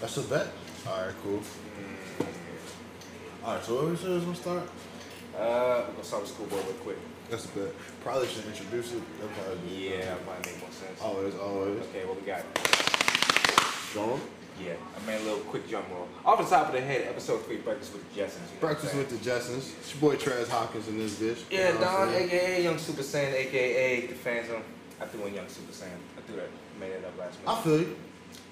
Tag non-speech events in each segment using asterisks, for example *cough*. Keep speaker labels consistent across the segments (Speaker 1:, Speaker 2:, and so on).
Speaker 1: That's a bet. All right, cool. All right, so what we said is gonna start.
Speaker 2: Uh, we're gonna start with schoolboy real quick.
Speaker 1: That's a bet. Probably should introduce it. That probably be-
Speaker 2: Yeah, might make more sense.
Speaker 1: Always, always.
Speaker 2: Okay, what we got?
Speaker 1: John.
Speaker 2: Yeah, I made a little quick jump roll. Off the top of the head, episode three, breakfast with Justin.
Speaker 1: Breakfast with the Jetsons. It's your boy Traz Hawkins in this bitch. You
Speaker 2: Yeah,
Speaker 1: know what I'm
Speaker 2: Don,
Speaker 1: saying?
Speaker 2: aka Young Super Saiyan, aka the Phantom. I threw in Young Super Saiyan. I threw that, made that up last
Speaker 1: I Oh.
Speaker 2: minute.
Speaker 1: feel you.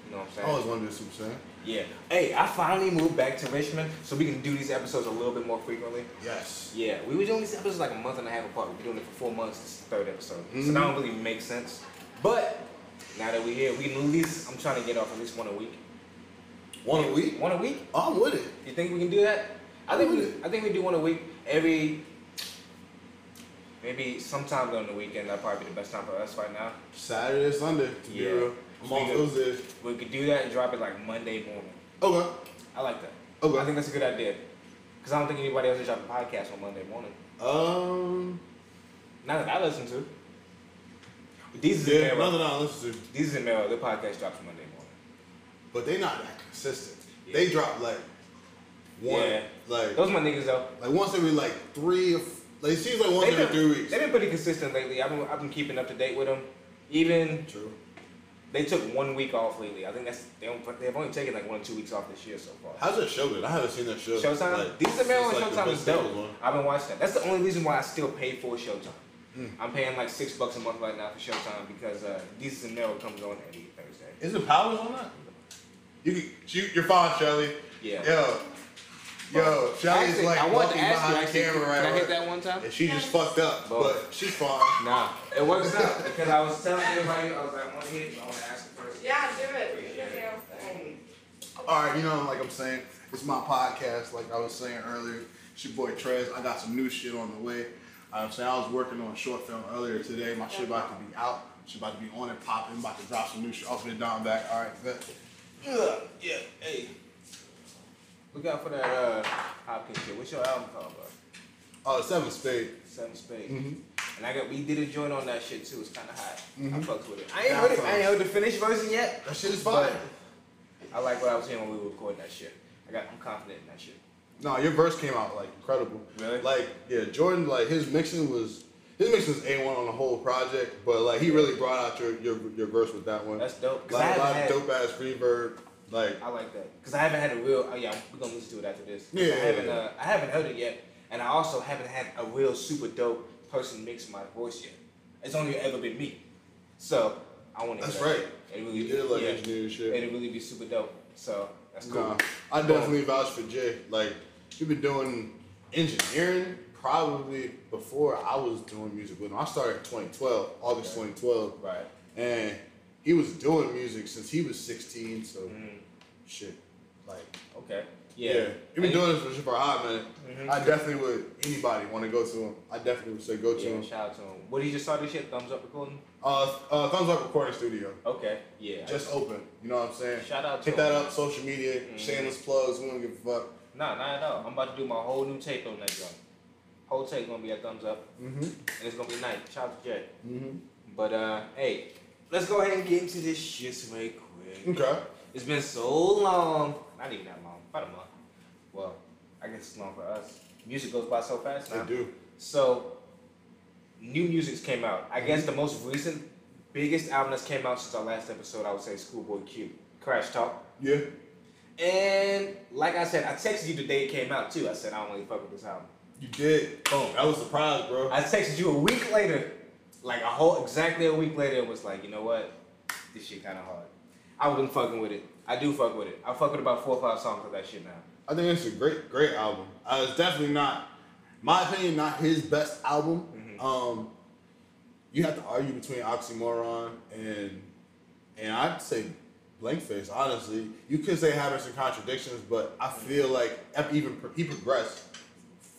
Speaker 2: You know what I'm
Speaker 1: I
Speaker 2: saying?
Speaker 1: always wanted to be a Super Saiyan.
Speaker 2: Yeah. Hey, I finally moved back to Richmond, so we can do these episodes a little bit more frequently.
Speaker 1: Yes.
Speaker 2: Yeah, we were doing these episodes like a month and a half apart. We've been doing it for four months. This is the third episode, so
Speaker 1: Mhm.
Speaker 2: that don't really make sense. But now that we're here, we can at least. I'm trying to get off at least one a week.
Speaker 1: One a week.
Speaker 2: One a week?
Speaker 1: I'm with it.
Speaker 2: You think we can do that? I think we.
Speaker 1: Really?
Speaker 2: I think we do one a week every. Maybe sometime during the weekend. That'd probably be the best time for us right now.
Speaker 1: Saturday, Sunday. To
Speaker 2: Yeah.
Speaker 1: be real. I'm off
Speaker 2: Speaking
Speaker 1: those days.
Speaker 2: We could do that and drop it like Monday morning.
Speaker 1: Okay.
Speaker 2: I like that.
Speaker 1: Okay.
Speaker 2: I think that's a good idea. Cause I don't think anybody else is dropping podcasts on Monday morning.
Speaker 1: Um.
Speaker 2: Not that I listen to. But these is
Speaker 1: Yeah.
Speaker 2: in
Speaker 1: Another
Speaker 2: Maryland.
Speaker 1: no, listen to.
Speaker 2: These is in Maryland. The podcast drops Monday morning.
Speaker 1: But they not that consistent.
Speaker 2: Yeah.
Speaker 1: They drop like one,
Speaker 2: Yeah.
Speaker 1: like
Speaker 2: Those my niggas though.
Speaker 1: like once every like three or f- like it seems like once
Speaker 2: They've
Speaker 1: every
Speaker 2: been,
Speaker 1: three weeks.
Speaker 2: they've been pretty consistent lately. I've been, I've been keeping up to date with them. Even
Speaker 1: True.
Speaker 2: they took one week off lately. I think that's they don't, they've only taken like one or two weeks off this year so far.
Speaker 1: How's that show been? I haven't seen that show.
Speaker 2: Showtime.
Speaker 1: Like,
Speaker 2: These are Maryland
Speaker 1: since, like, the
Speaker 2: Showtime
Speaker 1: Vince
Speaker 2: is
Speaker 1: Staples
Speaker 2: dope.
Speaker 1: one.
Speaker 2: I've been watching that. That's the only reason why I still pay for Showtime.
Speaker 1: Hmm.
Speaker 2: I'm paying like six bucks a month right now for Showtime because uh, These is in Maryland comes on every Thursday.
Speaker 1: Isn't Powers on that? You can shoot your phone, Shelly.
Speaker 2: Yeah.
Speaker 1: Yo. Yo, Shelly's
Speaker 2: Actually,
Speaker 1: like
Speaker 2: I wanted
Speaker 1: walking
Speaker 2: to ask you.
Speaker 1: behind
Speaker 2: Actually,
Speaker 1: camera
Speaker 2: can,
Speaker 1: right
Speaker 2: can I
Speaker 1: now.
Speaker 2: hit that one time?
Speaker 1: And she just fucked up,
Speaker 2: Both.
Speaker 1: but she's fine.
Speaker 2: Nah, it works out because I was telling everybody I was like, I want to hit, it, but I want to ask it first.
Speaker 3: Yeah, do it. There's nothing else to-
Speaker 1: All right, you know, like I'm saying, it's my podcast. Like I was saying earlier, it's your boy Trez. I got some new shit on the way. I'm saying I was working on a short film earlier today. My shit about to be out. Shit about to be on and popping. About to drop some new shit off the down back. All right, bet.
Speaker 2: Yeah, yeah, hey. Look out for that uh, Hopkins shit. What's your album called, bro?
Speaker 1: Oh, seven spade.
Speaker 2: Seven Spades.
Speaker 1: Mhm.
Speaker 2: And I got we did a joint on that shit too. It's kind of hot. I
Speaker 1: Mhm.
Speaker 2: fucked with it. Mm-hmm. I ain't
Speaker 1: Yeah, I
Speaker 2: heard it.
Speaker 1: fucks.
Speaker 2: I ain't heard the finished version yet.
Speaker 1: That shit is fine.
Speaker 2: but I like what I was hearing when we were recording that shit. I got I'm confident in that shit.
Speaker 1: No, your verse came out like incredible.
Speaker 2: Really?
Speaker 1: Like yeah, Jordan. Like his mixing was his mixing was a one on the whole project, but like he really brought out your your, your verse with that one.
Speaker 2: That's dope. 'cause I
Speaker 1: like a
Speaker 2: haven't
Speaker 1: lot of dope
Speaker 2: had-
Speaker 1: ass reverb. Like
Speaker 2: I like that because I haven't had a real. Oh yeah, we're gonna listen to it after this. 'Cause
Speaker 1: Yeah,
Speaker 2: I
Speaker 1: yeah,
Speaker 2: haven't.
Speaker 1: yeah.
Speaker 2: Uh, I haven't heard it yet, and I also haven't had a real super dope person mix my voice yet. It's only ever been me, so I want to.
Speaker 1: That's
Speaker 2: hear that
Speaker 1: right.
Speaker 2: It really,
Speaker 1: you did like
Speaker 2: yeah,
Speaker 1: engineering and shit.
Speaker 2: it'd really be super dope. So that's cool.
Speaker 1: Nah, I
Speaker 2: Boom.
Speaker 1: definitely vouch for Jay. Like, you've been doing engineering probably before I was doing music with him. I started in 2012, August
Speaker 2: Okay.
Speaker 1: 2012,
Speaker 2: Right.
Speaker 1: and he was doing music since he was 16. So,
Speaker 2: Mm,
Speaker 1: shit, like,
Speaker 2: okay.
Speaker 1: yeah,
Speaker 2: Yeah.
Speaker 1: you've been
Speaker 2: And-
Speaker 1: doing this for, for a hot minute.
Speaker 2: Mhm.
Speaker 1: I definitely would anybody want to go to him. I definitely would say go to
Speaker 2: Yeah,
Speaker 1: him.
Speaker 2: shout out to him. What did you just start this shit? Thumbs up recording.
Speaker 1: Uh, uh, thumbs up recording studio,
Speaker 2: Okay. Yeah.
Speaker 1: just open. You know what I'm saying?
Speaker 2: shout out to
Speaker 1: Hit
Speaker 2: him.
Speaker 1: that up, social media,
Speaker 2: Mhm.
Speaker 1: shameless plugs. We don't give a fuck.
Speaker 2: Nah, not at all. I'm about to do my whole new tape on that joint. Whole tape gonna be a thumbs up,
Speaker 1: Mhm.
Speaker 2: and it's gonna be nice. Shout out to Jay.
Speaker 1: Mhm.
Speaker 2: But uh, hey, let's go ahead and get into this shit right quick.
Speaker 1: Mm-hmm. Okay.
Speaker 2: It's been so long, not even that long, about a month. Well, I guess it's long for us. Music goes by so fast
Speaker 1: I
Speaker 2: now.
Speaker 1: do.
Speaker 2: So, new music's came out. I guess the most recent, biggest album that's came out since our last episode, I would say Schoolboy Q, Crash Talk.
Speaker 1: Yeah.
Speaker 2: And like I said, I texted you the day it came out too. I said I don't really fuck with this album.
Speaker 1: You did.
Speaker 2: Boom.
Speaker 1: I was surprised, bro.
Speaker 2: I texted you a week later, like a whole exactly a week later, and was like, you know what, this shit kind of hard. I wasn't fucking with it. I do fuck with it. I fuck with about four or five songs of that shit now.
Speaker 1: I think it's a great, great album. Uh, it's definitely not, my opinion, not his best album. Um, you have to argue between Oxymoron and, and I'd say Blankface. Honestly, you could say having some contradictions, but I feel like ep- even pro- he progressed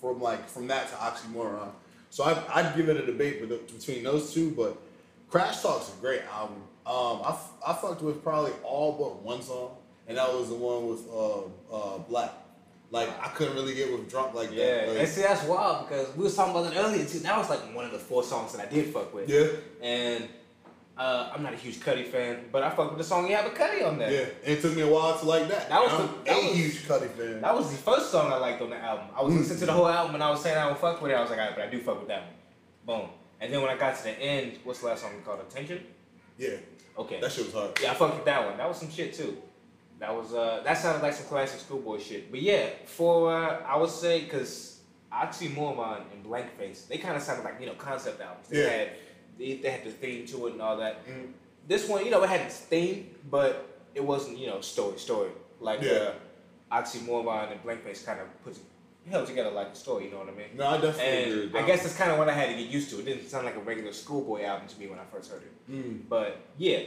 Speaker 1: from like from that to Oxymoron. So I, I'd give it a debate with the- between those two, but Crash Talk's a great album. Um, I, f- I fucked with probably all but one song, and that was the one with uh, uh, Black. Like I couldn't really get with Drunk like
Speaker 2: Yeah,
Speaker 1: that. like-
Speaker 2: and see that's wild because we was talking about that earlier too. That was like one of the four songs that I did fuck with.
Speaker 1: yeah.
Speaker 2: And Uh, I'm not a huge Cuddy fan, but I fuck with the song he had with Cuddy on there.
Speaker 1: Yeah, it took me a while to like that.
Speaker 2: That was
Speaker 1: I'm
Speaker 2: the- that
Speaker 1: a
Speaker 2: was-
Speaker 1: huge Cuddy fan.
Speaker 2: That was the first song I liked on the album. I was
Speaker 1: Mm.
Speaker 2: listening to the whole album and I was saying I don't fuck with it. I was like, all right, but I do fuck with that one. Boom. And then when I got to the end, what's the last song called? Attention?
Speaker 1: yeah,
Speaker 2: Okay.
Speaker 1: that shit was hard.
Speaker 2: Yeah, I fucked with that one. That was some shit too. That was uh, that sounded like some classic schoolboy shit. But yeah, for uh, I would say because Oxymoron and Blankface, they kind of sounded like you know concept albums. They
Speaker 1: Yeah.
Speaker 2: had they, they had the theme to it and all that.
Speaker 1: Mhm.
Speaker 2: This one, you know, it had its theme, but it wasn't you know story story like
Speaker 1: Yeah.
Speaker 2: uh, Oxymoron and Blankface kind of put held together like a story. You know what I mean?
Speaker 1: No, I definitely agree with
Speaker 2: And
Speaker 1: that.
Speaker 2: I guess that's kind of what I had to get used to. It didn't sound like a regular schoolboy album to me when I first heard it.
Speaker 1: one. Mm.
Speaker 2: But yeah,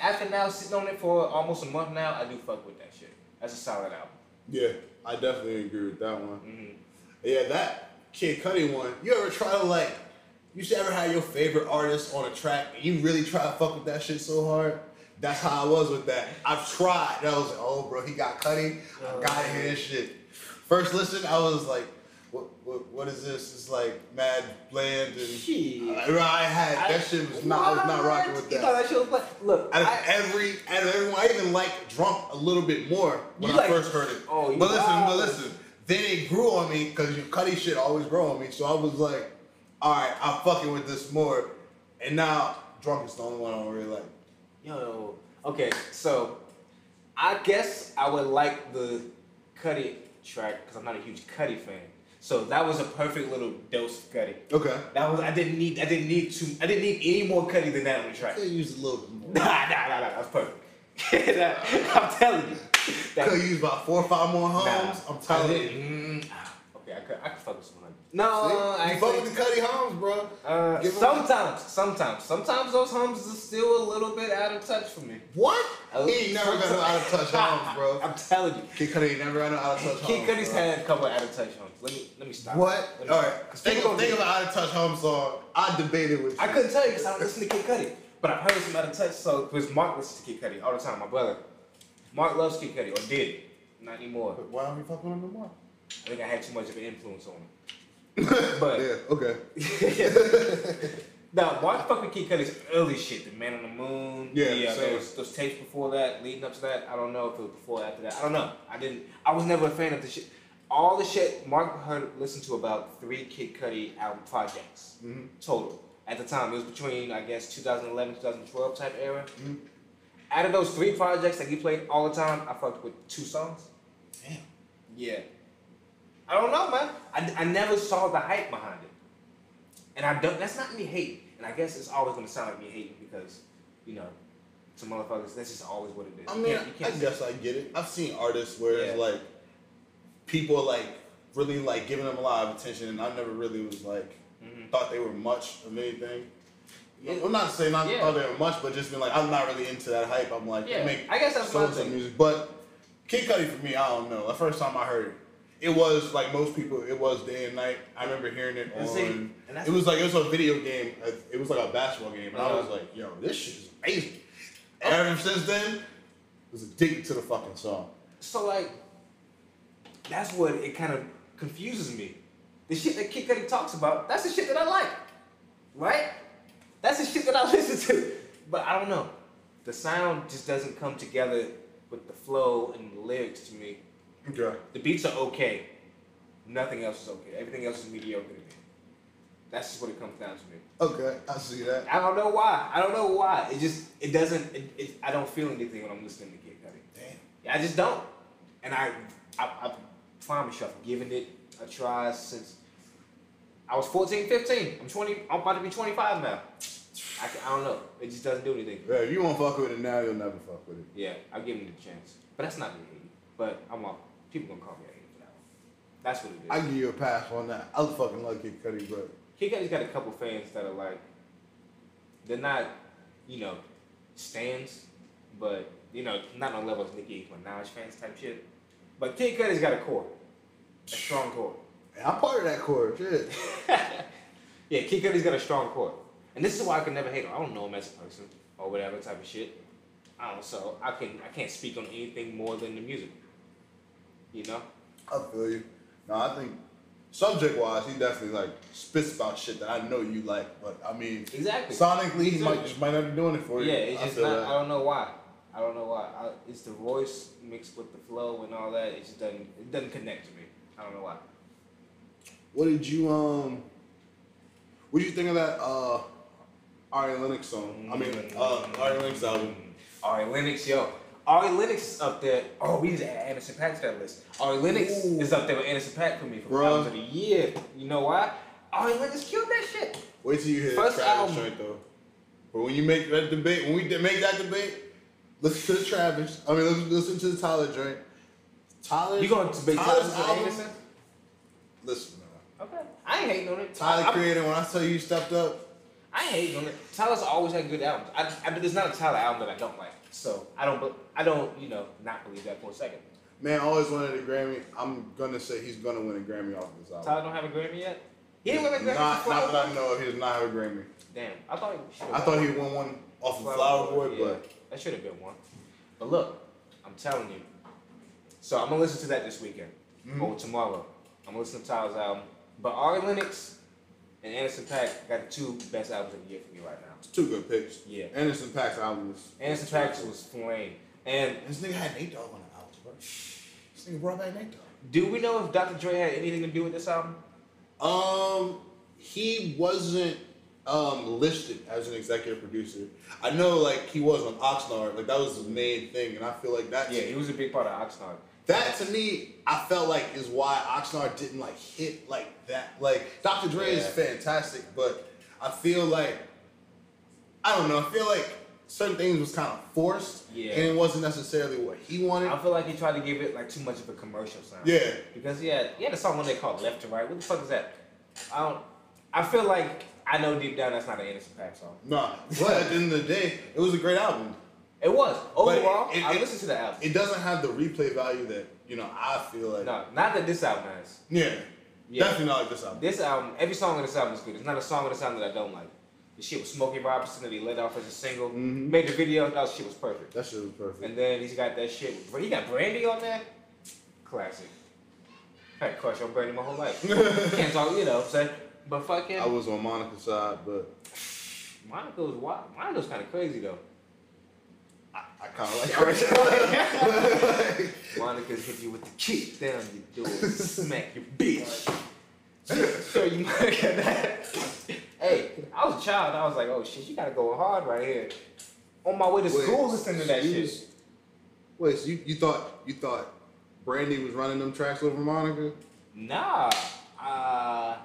Speaker 2: after now sitting on it for almost a month now, I do fuck with that shit. That's a solid album.
Speaker 1: Yeah, I definitely agree with that one.
Speaker 2: Mm-hmm.
Speaker 1: Yeah, that Kid Cudi one. You ever try to like? You should ever have your favorite artist on a track, and you really try to fuck with that shit so hard. That's how I was with that. I've tried. And I was like, oh, bro, he got Cudi.
Speaker 2: Uh,
Speaker 1: I gotta hear this shit. First listen, I was like, what, what, what is this? It's like mad bland and.
Speaker 2: Shit.
Speaker 1: I, I had that shit was not. I was not rocking with
Speaker 2: You thought
Speaker 1: that.
Speaker 2: that shit was black? Look,
Speaker 1: Out of
Speaker 2: I,
Speaker 1: every, out of everyone, I even liked Drunk a little bit more when
Speaker 2: You
Speaker 1: I
Speaker 2: like-
Speaker 1: first heard it.
Speaker 2: Oh, you
Speaker 1: but listen,
Speaker 2: wild.
Speaker 1: but listen. Then it grew on me because your cutty shit always grow on me. So I was like, all right, I'm fucking with this more. And now Drunk is the only one I don't really like.
Speaker 2: yo, okay, so I guess I would like the Cuddy track because I'm not a huge Cuddy fan. So that was a perfect little dose of Cuddy.
Speaker 1: Okay.
Speaker 2: That was I didn't need I didn't need to I didn't need any more Cuddy than that on the
Speaker 1: I
Speaker 2: track.
Speaker 1: could use a little bit *laughs*
Speaker 2: Nah,
Speaker 1: more.
Speaker 2: nah, nah, nah, that's perfect. *laughs* That- I'm telling you. That-
Speaker 1: Could use about four or five more homes. I'm telling you.
Speaker 2: you. Mm-hmm. Okay, I could, I could fuck with someone. No,
Speaker 1: See?
Speaker 2: I
Speaker 1: you fuck with the Cuddy Holmes, bro.
Speaker 2: uh,
Speaker 1: Give 'em-
Speaker 2: sometimes, sometimes, sometimes those homes are still a little bit out of touch for me.
Speaker 1: What?
Speaker 2: A
Speaker 1: He ain't never got no out of touch homes, bro.
Speaker 2: *laughs* I'm telling you,
Speaker 1: Kid Cudi ain't never got no out of touch
Speaker 2: Kid
Speaker 1: homes.
Speaker 2: Cudi's
Speaker 1: bro.
Speaker 2: had a couple out of touch homes. Let me let me stop.
Speaker 1: What?
Speaker 2: Let me-
Speaker 1: All right.
Speaker 2: 'cause
Speaker 1: Think
Speaker 2: people
Speaker 1: of,
Speaker 2: gonna
Speaker 1: think of an out of touch home song. I debated with you.
Speaker 2: I couldn't tell you because I don't listen to Kid Cudi, but I've heard some out of touch. So because Mark listens to Kid Cudi all the time, my brother. Mark loves Kid Cudi, or did, not anymore.
Speaker 1: But why don't we fuck with him no more?
Speaker 2: I think I had too much of an influence on him. *laughs* But-
Speaker 1: yeah. Okay. *laughs*
Speaker 2: now, Mark fuck with Kid Cudi's early shit, the Man on the Moon.
Speaker 1: Yeah,
Speaker 2: yeah
Speaker 1: so-
Speaker 2: there was those tapes before that, leading up to that. I don't know if it was before or after that. I don't know. I didn't. I was never a fan of the shit. All the shit Mark heard listened to about three Kid Cudi album projects
Speaker 1: Mhm.
Speaker 2: total at the time. It was between I guess 2011, 2012 type era.
Speaker 1: Mhm.
Speaker 2: Out of those three projects that he played all the time, I fucked with two songs.
Speaker 1: Damn.
Speaker 2: Yeah. I don't know, man. I, I never saw the hype behind it. And I don't, that's not me hating. And I guess it's always gonna sound like me hating because, you know, to motherfuckers, that's just always what it is.
Speaker 1: I
Speaker 2: You
Speaker 1: mean,
Speaker 2: can't- you
Speaker 1: I
Speaker 2: can't say-
Speaker 1: guess I get it. I've seen artists where it's
Speaker 2: Yeah.
Speaker 1: like people like really like giving them a lot of attention, and I never really was like
Speaker 2: Mhm.
Speaker 1: thought they were much of anything.
Speaker 2: Yeah.
Speaker 1: I'm not saying not
Speaker 2: Yeah.
Speaker 1: thought they were much, but just been like I'm not really into that hype. I'm like
Speaker 2: Yeah.
Speaker 1: make
Speaker 2: I guess that's
Speaker 1: so
Speaker 2: my thing.
Speaker 1: music, but Kid Cudi for me, I don't know. The first time I heard it. It was like most people. It was day and night. I remember hearing it on.
Speaker 2: And see, and that's-
Speaker 1: it was like it was a video game. uh, It was like a basketball game, and I was
Speaker 2: Uh-huh.
Speaker 1: like, "Yo, this shit is amazing." And ever since then, was addicted to the fucking song.
Speaker 2: So like, that's what it kind of confuses me. The shit that Kid Cudi talks about, that's the shit that I like, right? That's the shit that I *laughs* listen to. But I don't know, the sound just doesn't come together with the flow and the lyrics to me.
Speaker 1: Okay.
Speaker 2: The beats are okay. Nothing else is okay. Everything else is mediocre to me. That's just what it comes down to me.
Speaker 1: Okay, I see that.
Speaker 2: I don't know why. I don't know why. It just it doesn't. It, it, I don't feel anything when I'm listening to Kid Cudi.
Speaker 1: Damn.
Speaker 2: Yeah, I just don't. And I, I, I promise you, I've given it a try since I was 14, 15. I'm 20. I'm about to be 25 now. I, ca- I don't know. It just doesn't do anything.
Speaker 1: Yeah, if you won't fuck with it now, you'll never fuck with it.
Speaker 2: Yeah, I'll give it a chance. But that's not me hating. But I'm a, people gonna call me a hater for that one. That's what
Speaker 1: I
Speaker 2: it is.
Speaker 1: give you a pass on that. I was fucking love Kid Cudi, but
Speaker 2: Kid Cudi's got a couple fans that are like, they're not, you know, stands, but you know, not on levels Nicki Minaj fans type shit. But Kid Cudi's got a core, a strong core.
Speaker 1: and I'm part of that core. Shit.
Speaker 2: yeah, Kid Cudi's got a strong core, and this is why I can never hate him. I don't know him as a person or whatever type of shit. I don't, so I can I can't speak on anything more than the music. You know,
Speaker 1: I feel you. No, I think subject wise, he definitely like spits about shit that I know you like. But I mean,
Speaker 2: Exactly.
Speaker 1: sonically, he might
Speaker 2: Exactly.
Speaker 1: just might not be doing it for you.
Speaker 2: Yeah, it's
Speaker 1: I
Speaker 2: just
Speaker 1: feel
Speaker 2: not. I
Speaker 1: that.
Speaker 2: don't know why. I don't know why. I, it's the voice mixed with the flow and all that. It just doesn't. It doesn't connect to me. I don't know why.
Speaker 1: What did you um? What did you think of that uh, Ari Lennox song? I mean, uh, Ari Lennox album.
Speaker 2: Ari Lennox, yo. Ari Lennox is up there. Oh, we need to add Anderson Paak to that list. Ari Lennox
Speaker 1: Ooh.
Speaker 2: is up there with Anderson Paak for me for
Speaker 1: Bruh.
Speaker 2: albums of the year. You know why? Ari Lennox killed that shit.
Speaker 1: Wait till you hear
Speaker 2: First
Speaker 1: Travis
Speaker 2: album.
Speaker 1: joint though. But when you make that debate, when we de- make that debate, listen to the Travis. I mean, listen, listen to the Tyler joint. Tyler.
Speaker 2: You gonna debate Tyler's Anderson?
Speaker 1: Listen, man.
Speaker 2: Okay. I ain't hating on it.
Speaker 1: Tyler
Speaker 2: I,
Speaker 1: created when I tell you you stepped up.
Speaker 2: I ain't hating on it. Tyler's always had good albums. I, I, there's not a Tyler album that I don't like. So I don't. be- I don't. You know, not believe that for a second.
Speaker 1: Man, always wanted a Grammy. I'm gonna say he's gonna win a Grammy off this album.
Speaker 2: Tyler don't have a Grammy yet. He didn't win a Grammy.
Speaker 1: Not,
Speaker 2: for
Speaker 1: not
Speaker 2: Flower
Speaker 1: that I
Speaker 2: Boy?
Speaker 1: know of. He does not have a Grammy.
Speaker 2: Damn, I thought he should.
Speaker 1: I thought he won one off of Flower Boy,
Speaker 2: yeah,
Speaker 1: but
Speaker 2: that should have been one. But look, I'm telling you. So I'm gonna listen to that this weekend or tomorrow. I'm gonna listen to Tyler's album. But Ari Lennox and Anderson Pack got the two best albums of the year for me right now.
Speaker 1: it's two good picks.
Speaker 2: Yeah,
Speaker 1: Anderson Pack's album was.
Speaker 2: Anderson Pack was flame. And
Speaker 1: This nigga had Nate Dogg on the album, bro. This nigga brought back Nate Dogg.
Speaker 2: do we know if Dr. Dre had anything to do with this album?
Speaker 1: Um, he wasn't um listed as an executive producer. I know, like he was on Oxnard, like that was the main thing, and I feel like that's
Speaker 2: Yeah, he was a big part of Oxnard.
Speaker 1: that to me, I felt like is why Oxnard didn't like hit like that. Like Dr. Dre is
Speaker 2: Yeah.
Speaker 1: fantastic, but I feel like I don't know. I feel like certain things was kind of forced,
Speaker 2: Yeah.
Speaker 1: and it wasn't necessarily what he wanted.
Speaker 2: I feel like he tried to give it like too much of a commercial sound.
Speaker 1: yeah,
Speaker 2: Because he had he had a song one day called Left to Right. What the fuck is that? I don't. I feel like I know deep down that's not an Anderson Paak song. *laughs*
Speaker 1: nah. But at the end of the day, it was a great album.
Speaker 2: It was
Speaker 1: But
Speaker 2: overall.
Speaker 1: it- it-
Speaker 2: I
Speaker 1: it-
Speaker 2: listened to the album.
Speaker 1: It doesn't have the replay value that you know. I feel like
Speaker 2: no, not that this album has.
Speaker 1: yeah,
Speaker 2: Yeah.
Speaker 1: definitely not like this album.
Speaker 2: This album, every song on this album is good. There's not a song on this album that I don't like. The shit with Smokey Robinson that he let off as a single,
Speaker 1: Mhm.
Speaker 2: made the video. That shit was perfect.
Speaker 1: That shit was perfect.
Speaker 2: And then he's got that shit. But he got Brandy on there. Classic. I had a crush on Brandy my whole
Speaker 1: *laughs*
Speaker 2: life. Can't talk. You know what I'm saying? But fucking.
Speaker 1: I was on Monica's side, but
Speaker 2: Monaco's wild. Monaco's kind of crazy though.
Speaker 1: I kind
Speaker 2: *laughs*
Speaker 1: of *laughs* like. her.
Speaker 2: Monica's hit you with the kick down
Speaker 1: *laughs*
Speaker 2: your door, smack your bitch. Show you Monica that. *laughs* Hey, I was a child. I was like, oh shit, you gotta go hard right here. On my way to
Speaker 1: Wait,
Speaker 2: school, listening to that
Speaker 1: you
Speaker 2: shit.
Speaker 1: was- Wait, so you, you thought you thought Brandy was running them tracks over Monica?
Speaker 2: Nah, uh,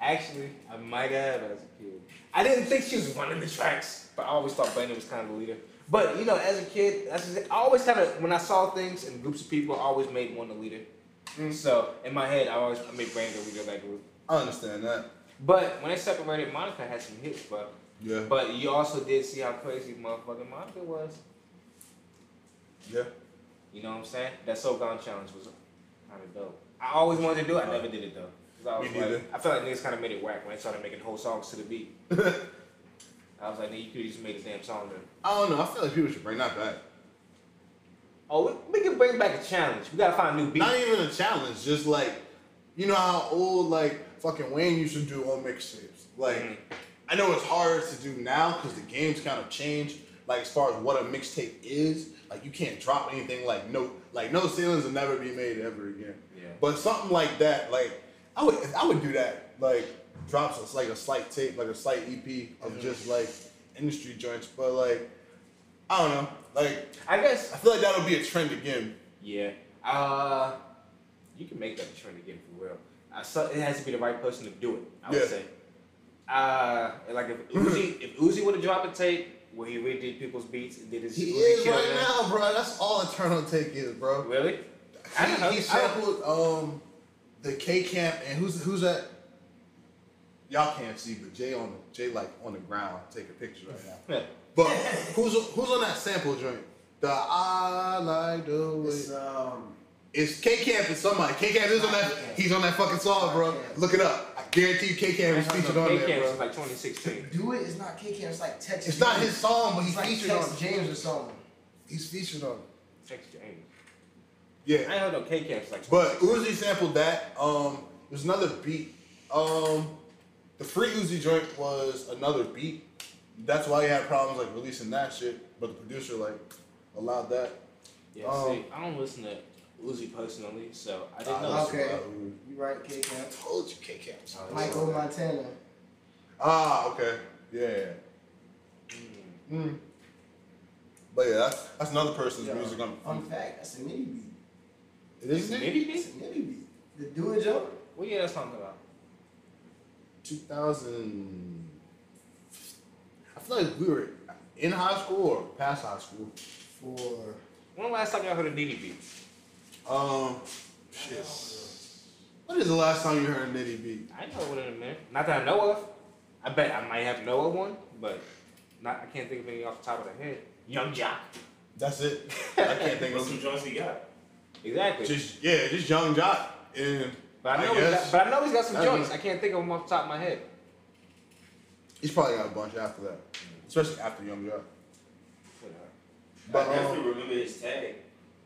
Speaker 2: actually, I might have as a kid. I didn't think she was running the tracks, but I always thought Brandon was kind of the leader. But you know, as a kid, that's just, I always kind of when I saw things and groups of people, I always made one the leader. So in my head, I always made Brandon the leader of that group.
Speaker 1: I understand that.
Speaker 2: But when they separated, Monica had some hits, but
Speaker 1: Yeah.
Speaker 2: but you also did see how crazy motherfucking Monica was.
Speaker 1: yeah.
Speaker 2: You know what I'm saying? That So Gone challenge was kind of dope. I always wanted to do it. I never did it though. 'Cause I
Speaker 1: Me
Speaker 2: was like,
Speaker 1: neither.
Speaker 2: I felt like niggas kind of made it whack when they started making whole songs to the beat.
Speaker 1: *laughs*
Speaker 2: I was like, nigga, you could just made a damn song then.
Speaker 1: I don't know. I feel like people should bring that back.
Speaker 2: Oh, we, we can bring back a challenge. We gotta find a new beat.
Speaker 1: Not even a challenge. Just like, you know how old like fucking Wayne used to do on mixtapes. Like,
Speaker 2: Mhm.
Speaker 1: I know it's hard to do now because the game's kind of changed. Like as far as what a mixtape is, like you can't drop anything like no, like no ceilings will never be made ever again.
Speaker 2: Yeah.
Speaker 1: But something like that, like I would, I would do that. Like drops us like a slight tape, like a slight EP of just like industry joints. But like, I don't know. Like
Speaker 2: I
Speaker 1: I
Speaker 2: guess.
Speaker 1: feel like that'll be a trend again.
Speaker 2: Yeah. Uh, you can make that a trend again for real. I saw, it has to be the right person to do it. I would
Speaker 1: Yeah.
Speaker 2: say. Uh,
Speaker 1: *clears throat*
Speaker 2: like if Uzi, if Uzi would have dropped a tape where he redid people's beats and did his
Speaker 1: He
Speaker 2: Uzi
Speaker 1: is
Speaker 2: Kill
Speaker 1: right
Speaker 2: Man-
Speaker 1: now, bro. That's all Eternal Take is, bro.
Speaker 2: Really? I don't know.
Speaker 1: He, he
Speaker 2: I don't-
Speaker 1: sampled um the K Camp and who's who's that? Y'all can't see, but Jay on the Jay like on the ground taking pictures right now.
Speaker 2: Yeah.
Speaker 1: *laughs* But who's who's on that sample joint? The I like the
Speaker 4: It's,
Speaker 1: way.
Speaker 2: uh,
Speaker 4: um,
Speaker 1: It's K Camp and somebody. K Camp is on that. He's on that fucking song, bro. Look it up. I guarantee you, K Camp is featured on
Speaker 2: K-Camp
Speaker 1: there,
Speaker 2: was
Speaker 1: bro.
Speaker 2: like 2016.
Speaker 4: do it is not KK. It's like Texas.
Speaker 1: It's not his song, but he's
Speaker 4: It's like
Speaker 1: featured on.
Speaker 4: Tex James or something.
Speaker 1: He's featured on. it.
Speaker 2: Exchange. I
Speaker 1: Yeah.
Speaker 2: ain't heard no K-Camp was like
Speaker 1: But Uzi sampled that. Um, there's another beat. Um, the free Uzi joint was another beat. That's why he had problems like releasing that shit. But the producer like allowed that.
Speaker 2: Yeah,
Speaker 1: Um,
Speaker 2: see, I don't listen to Uzi personally, so I
Speaker 1: Ah,
Speaker 2: didn't know.
Speaker 1: that's
Speaker 4: Okay.
Speaker 1: why we-
Speaker 4: You right, Kid Camp.
Speaker 1: Told you, K Camps.
Speaker 2: Oh, that's
Speaker 4: Michael
Speaker 2: all right.
Speaker 4: Montana.
Speaker 1: Ah, okay. Yeah. yeah.
Speaker 2: Mm.
Speaker 1: Mm. But yeah, that's, that's another person's
Speaker 4: Yeah.
Speaker 1: music. I'm,
Speaker 4: Fun fact, that's a nitty beat.
Speaker 1: Um, it is it?
Speaker 2: Maybe
Speaker 4: It's
Speaker 2: me?
Speaker 4: a nitty beat. The Do It Jump?
Speaker 2: What year that's talking about?
Speaker 1: 2000. I feel like we were in high school or past high school.
Speaker 4: For.
Speaker 2: When last time y'all heard a Nitty beat?
Speaker 1: Um, shit. When is the last time you heard Nitty beat?
Speaker 2: I ain't heard one in a minute. Not that I know of. I bet I might have know of one, but not. I can't think of any off the top of the head. Young Jock.
Speaker 1: That's *laughs* it. I can't think
Speaker 5: What's
Speaker 1: of
Speaker 5: some joints he got?
Speaker 2: Exactly.
Speaker 1: just yeah, just Young Jock and
Speaker 2: but I know,
Speaker 1: I
Speaker 2: he's
Speaker 1: guess.
Speaker 2: got, but I know he's got some
Speaker 1: I
Speaker 2: joints.
Speaker 1: don't-
Speaker 2: I can't think of them off the top of my head.
Speaker 1: he's probably got a bunch after that, especially after Young Jock.
Speaker 2: Whatever.
Speaker 1: But
Speaker 5: I
Speaker 1: um,
Speaker 5: definitely remember his tag,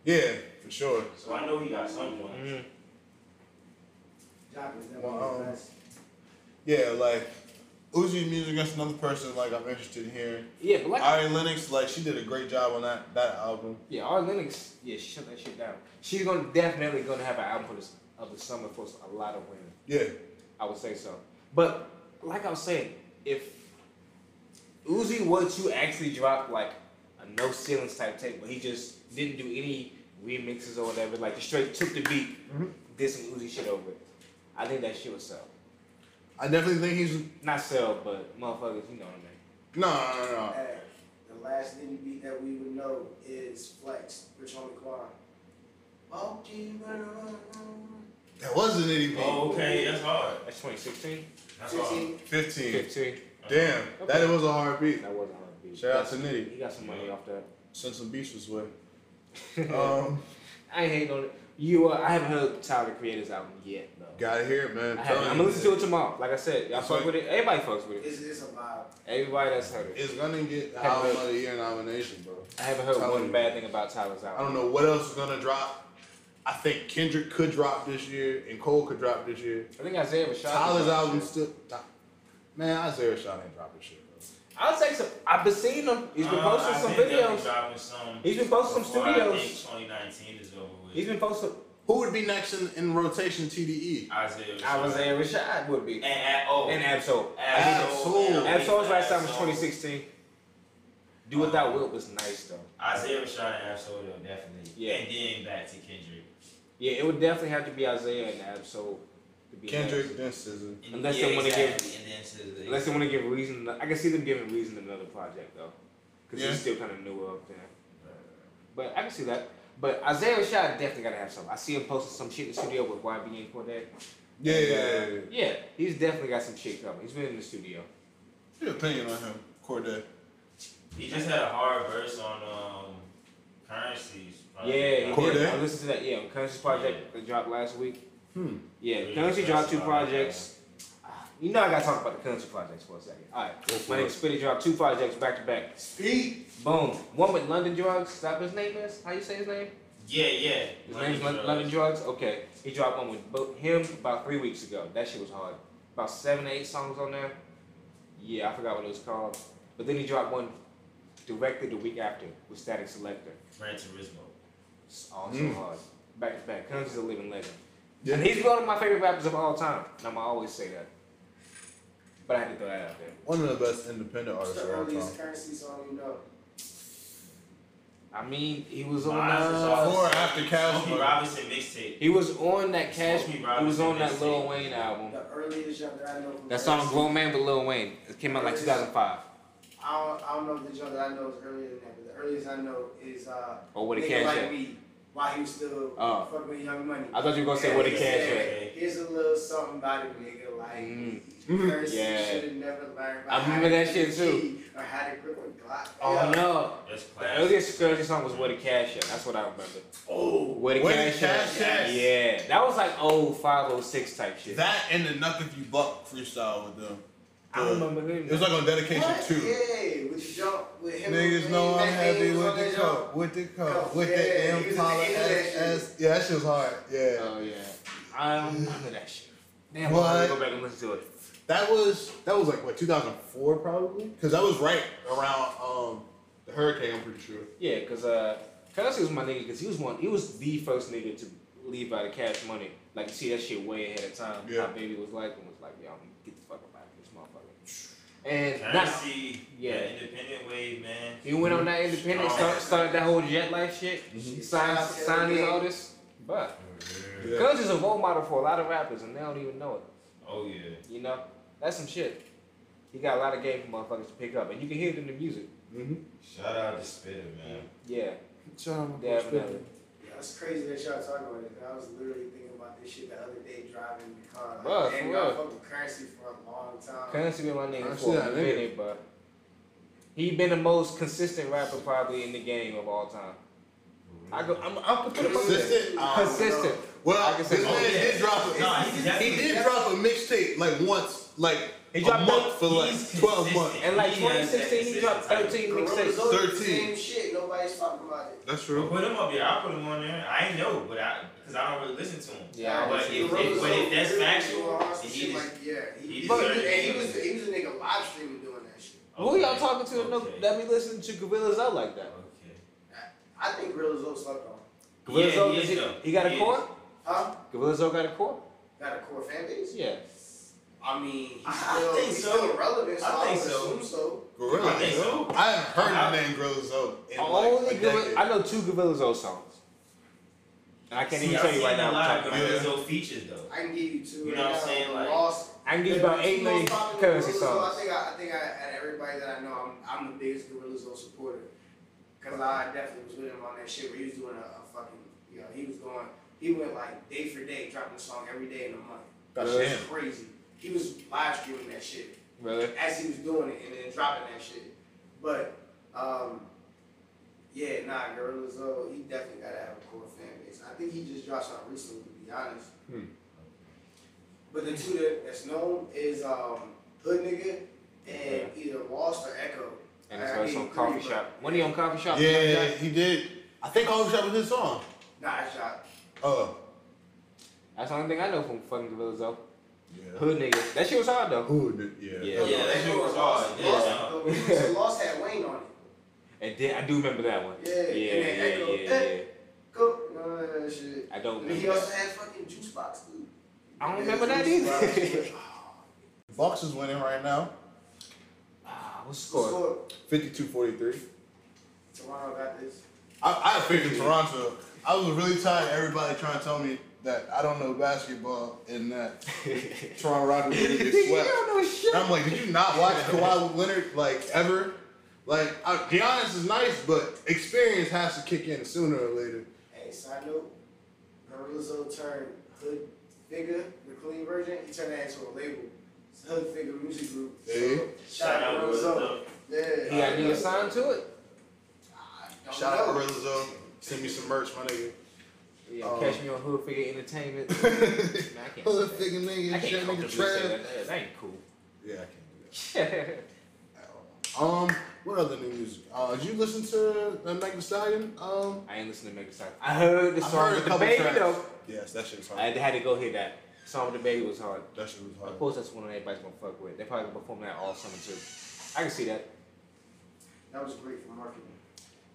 Speaker 1: yeah, for sure.
Speaker 5: so I know he got some joints.
Speaker 2: Mm.
Speaker 4: Jock was that
Speaker 1: Well,
Speaker 4: one.
Speaker 1: um,
Speaker 4: That's-
Speaker 1: Yeah, like Uzi music. That's another person like I'm interested in hearing.
Speaker 2: Yeah, but like,
Speaker 1: Ari Lennox, like she did a great job on that that album.
Speaker 2: yeah, our Lennox. Yeah, shut that shit down. She's gonna definitely gonna have an album for this of the summer for a lot of women.
Speaker 1: Yeah,
Speaker 2: I would say so. But like I was saying, if Uzi was to actually drop like a no ceilings type tape, but he just didn't do any remixes or whatever, like just straight took the beat,
Speaker 1: Mhm.
Speaker 2: did some Uzi shit over it. I think that shit would sell.
Speaker 1: I definitely think he's
Speaker 2: Not sell, but motherfuckers, you know what I mean.
Speaker 1: no, no, no, no.
Speaker 4: Hey, the last nitty beat that we would know is Flex, Rich Homie Quan. Monkey, run, run, run.
Speaker 1: That was a Nitty beat.
Speaker 5: Oh, okay, that's hard.
Speaker 2: That's 2016,
Speaker 5: That's hard.
Speaker 1: 15.
Speaker 2: 15.
Speaker 1: Damn, that was a hard beat.
Speaker 2: That wasn't hard beat.
Speaker 1: Shout out to Nitty.
Speaker 2: He got some money off that.
Speaker 1: Sent some beats this way. Um,
Speaker 2: I ain't hating on it. You, uh, I haven't heard Tyler the Creator's album yet though.
Speaker 1: gotta hear it, man.
Speaker 2: I haven't. I'm gonna listen to it tomorrow. Like I said, y'all
Speaker 1: It's
Speaker 2: fuck
Speaker 1: like-
Speaker 2: with it. Everybody fucks with it.
Speaker 4: It's, it's a vibe.
Speaker 2: Everybody that's heard it.
Speaker 1: It's gonna get
Speaker 2: Have
Speaker 1: album
Speaker 2: a-
Speaker 1: of the year nomination, bro.
Speaker 2: I haven't heard
Speaker 1: Tyler-
Speaker 2: one bad thing about Tyler's
Speaker 1: I don't
Speaker 2: album.
Speaker 1: know what else is gonna drop. I think Kendrick could drop this year, and Cole could drop this year.
Speaker 2: I, think Isaiah was shot.
Speaker 1: Tyler's album still. Man, Isaiah Shawn ain't dropping shit, bro.
Speaker 2: I'll take some. I've been seeing him. He's been
Speaker 5: Uh,
Speaker 2: posting some videos.
Speaker 5: Dropping some
Speaker 2: He's been posting some
Speaker 5: before I think
Speaker 2: studios.
Speaker 5: 2019 is over with.
Speaker 2: He's been posting.
Speaker 1: Who would be next in, in rotation E? TDE?
Speaker 5: Isaiah. was-
Speaker 2: Isaiah Rashad would be.
Speaker 5: And at oh.
Speaker 2: And Absol.
Speaker 1: Absol.
Speaker 2: Absol's last time was 2016. Do Without Will was nice though.
Speaker 5: Isaiah Rashad and Absol, though, definitely.
Speaker 2: Yeah.
Speaker 5: And then back to Kendrick.
Speaker 2: Yeah, it would definitely have to be Isaiah and Absol. To be
Speaker 1: Kendrick,
Speaker 2: next.
Speaker 1: then SZA.
Speaker 5: And,
Speaker 2: Unless
Speaker 5: yeah,
Speaker 2: they wanna give-
Speaker 5: exactly. And then to the,
Speaker 2: Unless they want to give Reason. I can see them giving Reason another project though, because
Speaker 1: Yeah.
Speaker 2: he's still kind of new up there. But I can see that. But Isaiah Rashad definitely gotta have something. I see him posting some shit in the studio with YB and Cordae.
Speaker 1: Yeah, yeah,
Speaker 2: And, uh, yeah. He's definitely got some shit coming. He's been in the studio.
Speaker 1: Your opinion on him, Corday.
Speaker 5: He just had a hard verse on um, currencies.
Speaker 2: Yeah, he
Speaker 1: Cordae?
Speaker 2: did. I listened to that. Uh, Yeah, Currency project that dropped last week.
Speaker 1: Hmm.
Speaker 2: Yeah,
Speaker 5: Yeah,
Speaker 2: Currency
Speaker 5: that's
Speaker 2: dropped two
Speaker 5: not
Speaker 2: projects. Ah, You know I gotta talk about the Currency projects for a second. All right,
Speaker 1: Go for
Speaker 2: my
Speaker 1: it.
Speaker 2: next Spitty dropped two projects back to back.
Speaker 1: Speed.
Speaker 2: Boom. One with London Drugs. Is that what his name is? How you say his name?
Speaker 5: Yeah, yeah.
Speaker 2: His
Speaker 5: Money
Speaker 2: name's London,
Speaker 5: Drugs.
Speaker 2: London Drugs. Okay, he dropped one with both him about three weeks ago. That shit was hard. About seven, eight songs on there. Yeah, I forgot what it was called. But then he dropped one directly the week after with Static Selector.
Speaker 5: Gran Turismo.
Speaker 2: It's also
Speaker 1: Mm.
Speaker 2: hard. Back to back. Currency's a living legend.
Speaker 1: Yeah.
Speaker 2: And he's one of my favorite rappers of all time. And I'm always say that. But I had to throw that out there.
Speaker 1: One of the best independent
Speaker 4: What's
Speaker 1: artists
Speaker 4: the
Speaker 1: of all time.
Speaker 4: earliest currency song you know?
Speaker 2: I mean, he was on
Speaker 5: Mine's is
Speaker 2: uh,
Speaker 5: all-
Speaker 1: Before or after
Speaker 5: Smokey
Speaker 1: Cashmere.
Speaker 5: Robinson mixtape.
Speaker 2: he was on that Cash.
Speaker 5: Smokey
Speaker 2: He
Speaker 5: Robinson
Speaker 2: was on that
Speaker 5: mixtape.
Speaker 2: Lil Wayne album.
Speaker 4: The earliest jump that I know. From
Speaker 2: That song
Speaker 4: currency.
Speaker 2: Grown Man with Lil Wayne. It came out like 2005.
Speaker 4: I don't, I don't know if the jump that I know is earlier than that, but the earliest I know is uh.
Speaker 2: Or with a
Speaker 4: Nigga
Speaker 2: cash
Speaker 4: like
Speaker 2: app.
Speaker 4: me, while he was still
Speaker 2: Oh.
Speaker 4: fucking with Young Money.
Speaker 2: I thought you were gonna say
Speaker 4: And
Speaker 2: with a
Speaker 4: he
Speaker 2: cash
Speaker 4: said,
Speaker 2: app.
Speaker 5: app.
Speaker 4: Here's a little something about it, nigga. Like
Speaker 2: Mm.
Speaker 4: currency
Speaker 2: Yeah.
Speaker 4: should have never learned.
Speaker 2: I
Speaker 4: about how
Speaker 2: remember
Speaker 4: to
Speaker 2: that
Speaker 4: get
Speaker 2: shit,
Speaker 4: a
Speaker 2: too.
Speaker 4: key Or how to grip a Glock.
Speaker 2: Oh
Speaker 4: Yeah.
Speaker 2: no.
Speaker 5: That's
Speaker 2: The
Speaker 5: classic.
Speaker 2: earliest Scourge song was Where the Cash At. That's what I remember.
Speaker 5: Oh.
Speaker 2: Where the
Speaker 1: Where the
Speaker 2: Cash At.
Speaker 1: Cash At.
Speaker 2: Yeah. That was like oh old 506 type shit.
Speaker 1: That and the Nothing You Buck freestyle with them.
Speaker 2: I remember him.
Speaker 1: It was like on dedication
Speaker 4: What?
Speaker 1: too.
Speaker 4: Yeah, with the jump with him.
Speaker 1: Niggas know I'm heavy with the
Speaker 4: jump.
Speaker 1: coat, with the coat,
Speaker 4: Coke,
Speaker 1: with
Speaker 4: yeah,
Speaker 1: the
Speaker 4: he was
Speaker 1: Impala
Speaker 4: in the end of that shit. Uh,
Speaker 1: SS. Yeah, that shit was hard. Yeah.
Speaker 2: oh yeah. I remember that shit. Damn, I'm gonna
Speaker 1: What?
Speaker 2: go back and listen to it.
Speaker 1: That was that was like what 2004 probably because that was right around um the hurricane. I'm pretty sure.
Speaker 2: Yeah, cause uh, Currency was my nigga, cause he was one, he was the first nigga to leave out of Cash Money. Like you see that shit way ahead of time.
Speaker 1: Yeah.
Speaker 2: How Baby was like and was like, yo, I'm gonna get the fuck up out of this motherfucker. And not,
Speaker 5: Currency,
Speaker 2: Yeah.
Speaker 5: yeah, independent wave, man.
Speaker 2: he went on that independent, start, started that whole jet life shit,
Speaker 1: Mhm.
Speaker 2: signed signed these artists, but.
Speaker 1: Yeah.
Speaker 2: Guns is a role model for a lot of rappers, and they don't even know it.
Speaker 5: Oh yeah.
Speaker 2: You know, that's some shit. He got a lot of game for motherfuckers to pick up, and you can hear it in the music.
Speaker 1: Mm-hmm.
Speaker 5: Shout out to Spitter, man.
Speaker 2: Yeah,
Speaker 1: John,
Speaker 2: definitely.
Speaker 4: Yeah, it's crazy that y'all talking about it. I was literally thinking about this shit the other day driving in the car. Like,
Speaker 2: Bruh,
Speaker 4: damn,
Speaker 2: for
Speaker 4: y'all
Speaker 2: real.
Speaker 4: fuck with currency for a long time.
Speaker 2: Currency been my nigga
Speaker 1: Currency
Speaker 2: for a
Speaker 1: that nigga.
Speaker 2: minute, but he been the most consistent rapper probably in the game of all time. I go, I'm, I could put him up there.
Speaker 1: Consistent. Um,
Speaker 2: Consistent.
Speaker 1: Well,
Speaker 2: I
Speaker 1: this
Speaker 2: can say-
Speaker 1: man
Speaker 5: Oh, yeah.
Speaker 1: did drop a,
Speaker 5: Nah,
Speaker 1: he,
Speaker 5: he
Speaker 1: did- he
Speaker 5: definitely-
Speaker 1: did drop a mixtape like once, like
Speaker 2: He
Speaker 1: a
Speaker 2: dropped
Speaker 1: month for like
Speaker 5: he's
Speaker 1: 12 months.
Speaker 5: consistent.
Speaker 2: And like
Speaker 5: He has that
Speaker 2: 2016, he dropped 13
Speaker 5: consistent
Speaker 4: Gorilla's
Speaker 2: mixtapes.
Speaker 4: always the
Speaker 1: 13.
Speaker 4: Same shit. Nobody's talking about it.
Speaker 1: That's
Speaker 5: Well, put him up here. I'll put him on there. I ain't know, but I because I don't really listen to him.
Speaker 2: Yeah, I
Speaker 5: but
Speaker 2: listen
Speaker 5: if,
Speaker 2: to
Speaker 5: if,
Speaker 2: him.
Speaker 5: but if that's
Speaker 4: Gorilla's
Speaker 5: factual,
Speaker 4: always
Speaker 5: then
Speaker 4: doing
Speaker 5: he
Speaker 4: shit
Speaker 5: just
Speaker 4: like, yeah,
Speaker 5: he
Speaker 4: he,
Speaker 5: deserved
Speaker 4: Look,
Speaker 5: it.
Speaker 4: and he was he was a nigga live streaming doing that shit.
Speaker 2: Who y'all talking to that
Speaker 5: Okay.
Speaker 2: know- that be listening to Gorillas out like that?
Speaker 5: Okay.
Speaker 4: I think Gorilla's always slept on.
Speaker 2: Gorillas
Speaker 5: Yeah,
Speaker 2: out,
Speaker 5: he
Speaker 2: is
Speaker 5: is
Speaker 2: he,
Speaker 5: though.
Speaker 2: he got a
Speaker 5: He
Speaker 2: core?
Speaker 4: Huh?
Speaker 2: Gorillas out got a core?
Speaker 4: Got a core fan base.
Speaker 2: Yeah.
Speaker 4: I mean, he's
Speaker 5: I- I
Speaker 4: still,
Speaker 5: think
Speaker 4: he's
Speaker 5: so.
Speaker 4: still relevant. So
Speaker 5: I
Speaker 4: I,
Speaker 5: think
Speaker 4: would
Speaker 5: so.
Speaker 4: assume so.
Speaker 1: Gorilla.
Speaker 5: I think so.
Speaker 1: I haven't heard the name Gorilla Zoe in
Speaker 2: Only
Speaker 1: like a
Speaker 2: Gorilla-
Speaker 1: decade.
Speaker 2: I know two Gorillas old songs. And I can't
Speaker 5: See,
Speaker 2: even
Speaker 5: I've
Speaker 2: tell you
Speaker 5: seen
Speaker 2: right now. off
Speaker 5: A
Speaker 2: the
Speaker 5: lot
Speaker 2: top
Speaker 5: of
Speaker 2: of my
Speaker 1: Gorillaz.
Speaker 2: head.
Speaker 5: Gorillas old features though.
Speaker 4: I can give you two.
Speaker 5: You know what I'm
Speaker 4: right
Speaker 5: saying,
Speaker 4: now.
Speaker 5: like-
Speaker 4: Lost.
Speaker 2: I can give you
Speaker 4: But
Speaker 2: about
Speaker 4: the
Speaker 2: eight
Speaker 4: most
Speaker 2: million
Speaker 4: popular
Speaker 2: currency
Speaker 4: Gorillaz song,
Speaker 2: songs.
Speaker 4: I think I, I think I, out of everybody that I know, I'm, I'm the biggest Gorillaz Zone supporter. Cause I definitely was with him on that shit where he was doing a, a fucking, you know, he was going, he went like day for day, dropping a song every day in a month.
Speaker 1: That's
Speaker 4: it was
Speaker 1: him.
Speaker 4: crazy. He was live streaming that shit
Speaker 2: Really?
Speaker 4: as he was doing it and then dropping that shit. But, um, yeah, nah, Gorilla Zone, he definitely gotta have a core fan base. I think he just dropped something recently, to be honest.
Speaker 1: Hmm.
Speaker 4: But the two that, that's known is um, Hood Nigga and either Lost or Echo.
Speaker 2: And it's
Speaker 4: I
Speaker 2: always
Speaker 4: gave
Speaker 2: on
Speaker 4: you
Speaker 2: coffee
Speaker 4: three, but-
Speaker 2: shop. When he on coffee shop? something
Speaker 1: Yeah,
Speaker 2: like that?
Speaker 1: he did. I think all was was his song.
Speaker 4: Nah, I shot.
Speaker 1: Oh.
Speaker 2: That's the only thing I know from fucking Gorillas though.
Speaker 1: Yeah.
Speaker 2: Hood nigga. That shit was hard though.
Speaker 1: Who did-
Speaker 2: Yeah.
Speaker 5: Yeah, that shit was hard.
Speaker 4: Lost,
Speaker 5: Yeah.
Speaker 4: Lost, the- Lost had Wayne on it.
Speaker 2: And then I do remember that one.
Speaker 4: Yeah, and
Speaker 2: yeah,
Speaker 4: then
Speaker 2: yeah,
Speaker 4: Echo,
Speaker 2: yeah,
Speaker 4: eh. Go, uh, shit.
Speaker 2: I don't
Speaker 4: And he
Speaker 2: remember.
Speaker 4: also
Speaker 2: That.
Speaker 4: had fucking Juice Box, dude.
Speaker 2: I don't
Speaker 4: Yeah,
Speaker 2: remember that
Speaker 4: Juice
Speaker 2: either.
Speaker 4: Box,
Speaker 2: *laughs*
Speaker 4: shit.
Speaker 1: Bucks is winning right now.
Speaker 2: Ah, what's the score?
Speaker 4: Score.
Speaker 1: 52-43.
Speaker 4: Toronto got this.
Speaker 1: I, I figured Toronto. I was really tired of everybody trying to tell me that I don't know basketball and that
Speaker 2: *laughs*
Speaker 1: Toronto Raptors really get
Speaker 2: you
Speaker 1: swept.
Speaker 2: don't know shit.
Speaker 1: And I'm like, did you not watch Kawhi Leonard like ever? Like I, Giannis is nice, but experience has to kick in sooner or later.
Speaker 4: Hey, side note, Marilzo turned Hood Figure, the clean version, he turned that into a label. It's Hood Figure Music Group. So,
Speaker 1: Hey.
Speaker 5: Shout out
Speaker 4: Marilzo.
Speaker 5: Gorillas.
Speaker 4: Yeah.
Speaker 2: He got nigga signed to it.
Speaker 1: Shout out Gorilla Zone. Send me some merch, my nigga.
Speaker 2: Yeah,
Speaker 1: Um,
Speaker 2: catch me on Hood Figure
Speaker 1: *laughs*
Speaker 2: Entertainment. Man, I can't.
Speaker 1: Hood
Speaker 2: say
Speaker 1: figure
Speaker 2: that.
Speaker 1: nigga,
Speaker 2: I can't
Speaker 1: shit
Speaker 2: come to
Speaker 1: nigga
Speaker 2: say
Speaker 1: trash.
Speaker 2: that. That ain't cool.
Speaker 1: Yeah, I can't do that. Um, what other new music? Uh, did you listen to the Meg Thee Stallion? Um,
Speaker 2: *laughs* I ain't listening to Megan Thee Stallion. I heard the
Speaker 1: I
Speaker 2: song
Speaker 1: heard a
Speaker 2: with the
Speaker 1: couple
Speaker 2: baby
Speaker 1: tracks.
Speaker 2: though.
Speaker 1: yes, that shit was
Speaker 2: I
Speaker 1: hard.
Speaker 2: had to go hear that. Song with the baby was hard.
Speaker 1: That shit was hard.
Speaker 2: Of course, that's one that everybody's gonna fuck with. They probably gonna perform that all summer too. I can see that.
Speaker 4: That was great for marketing.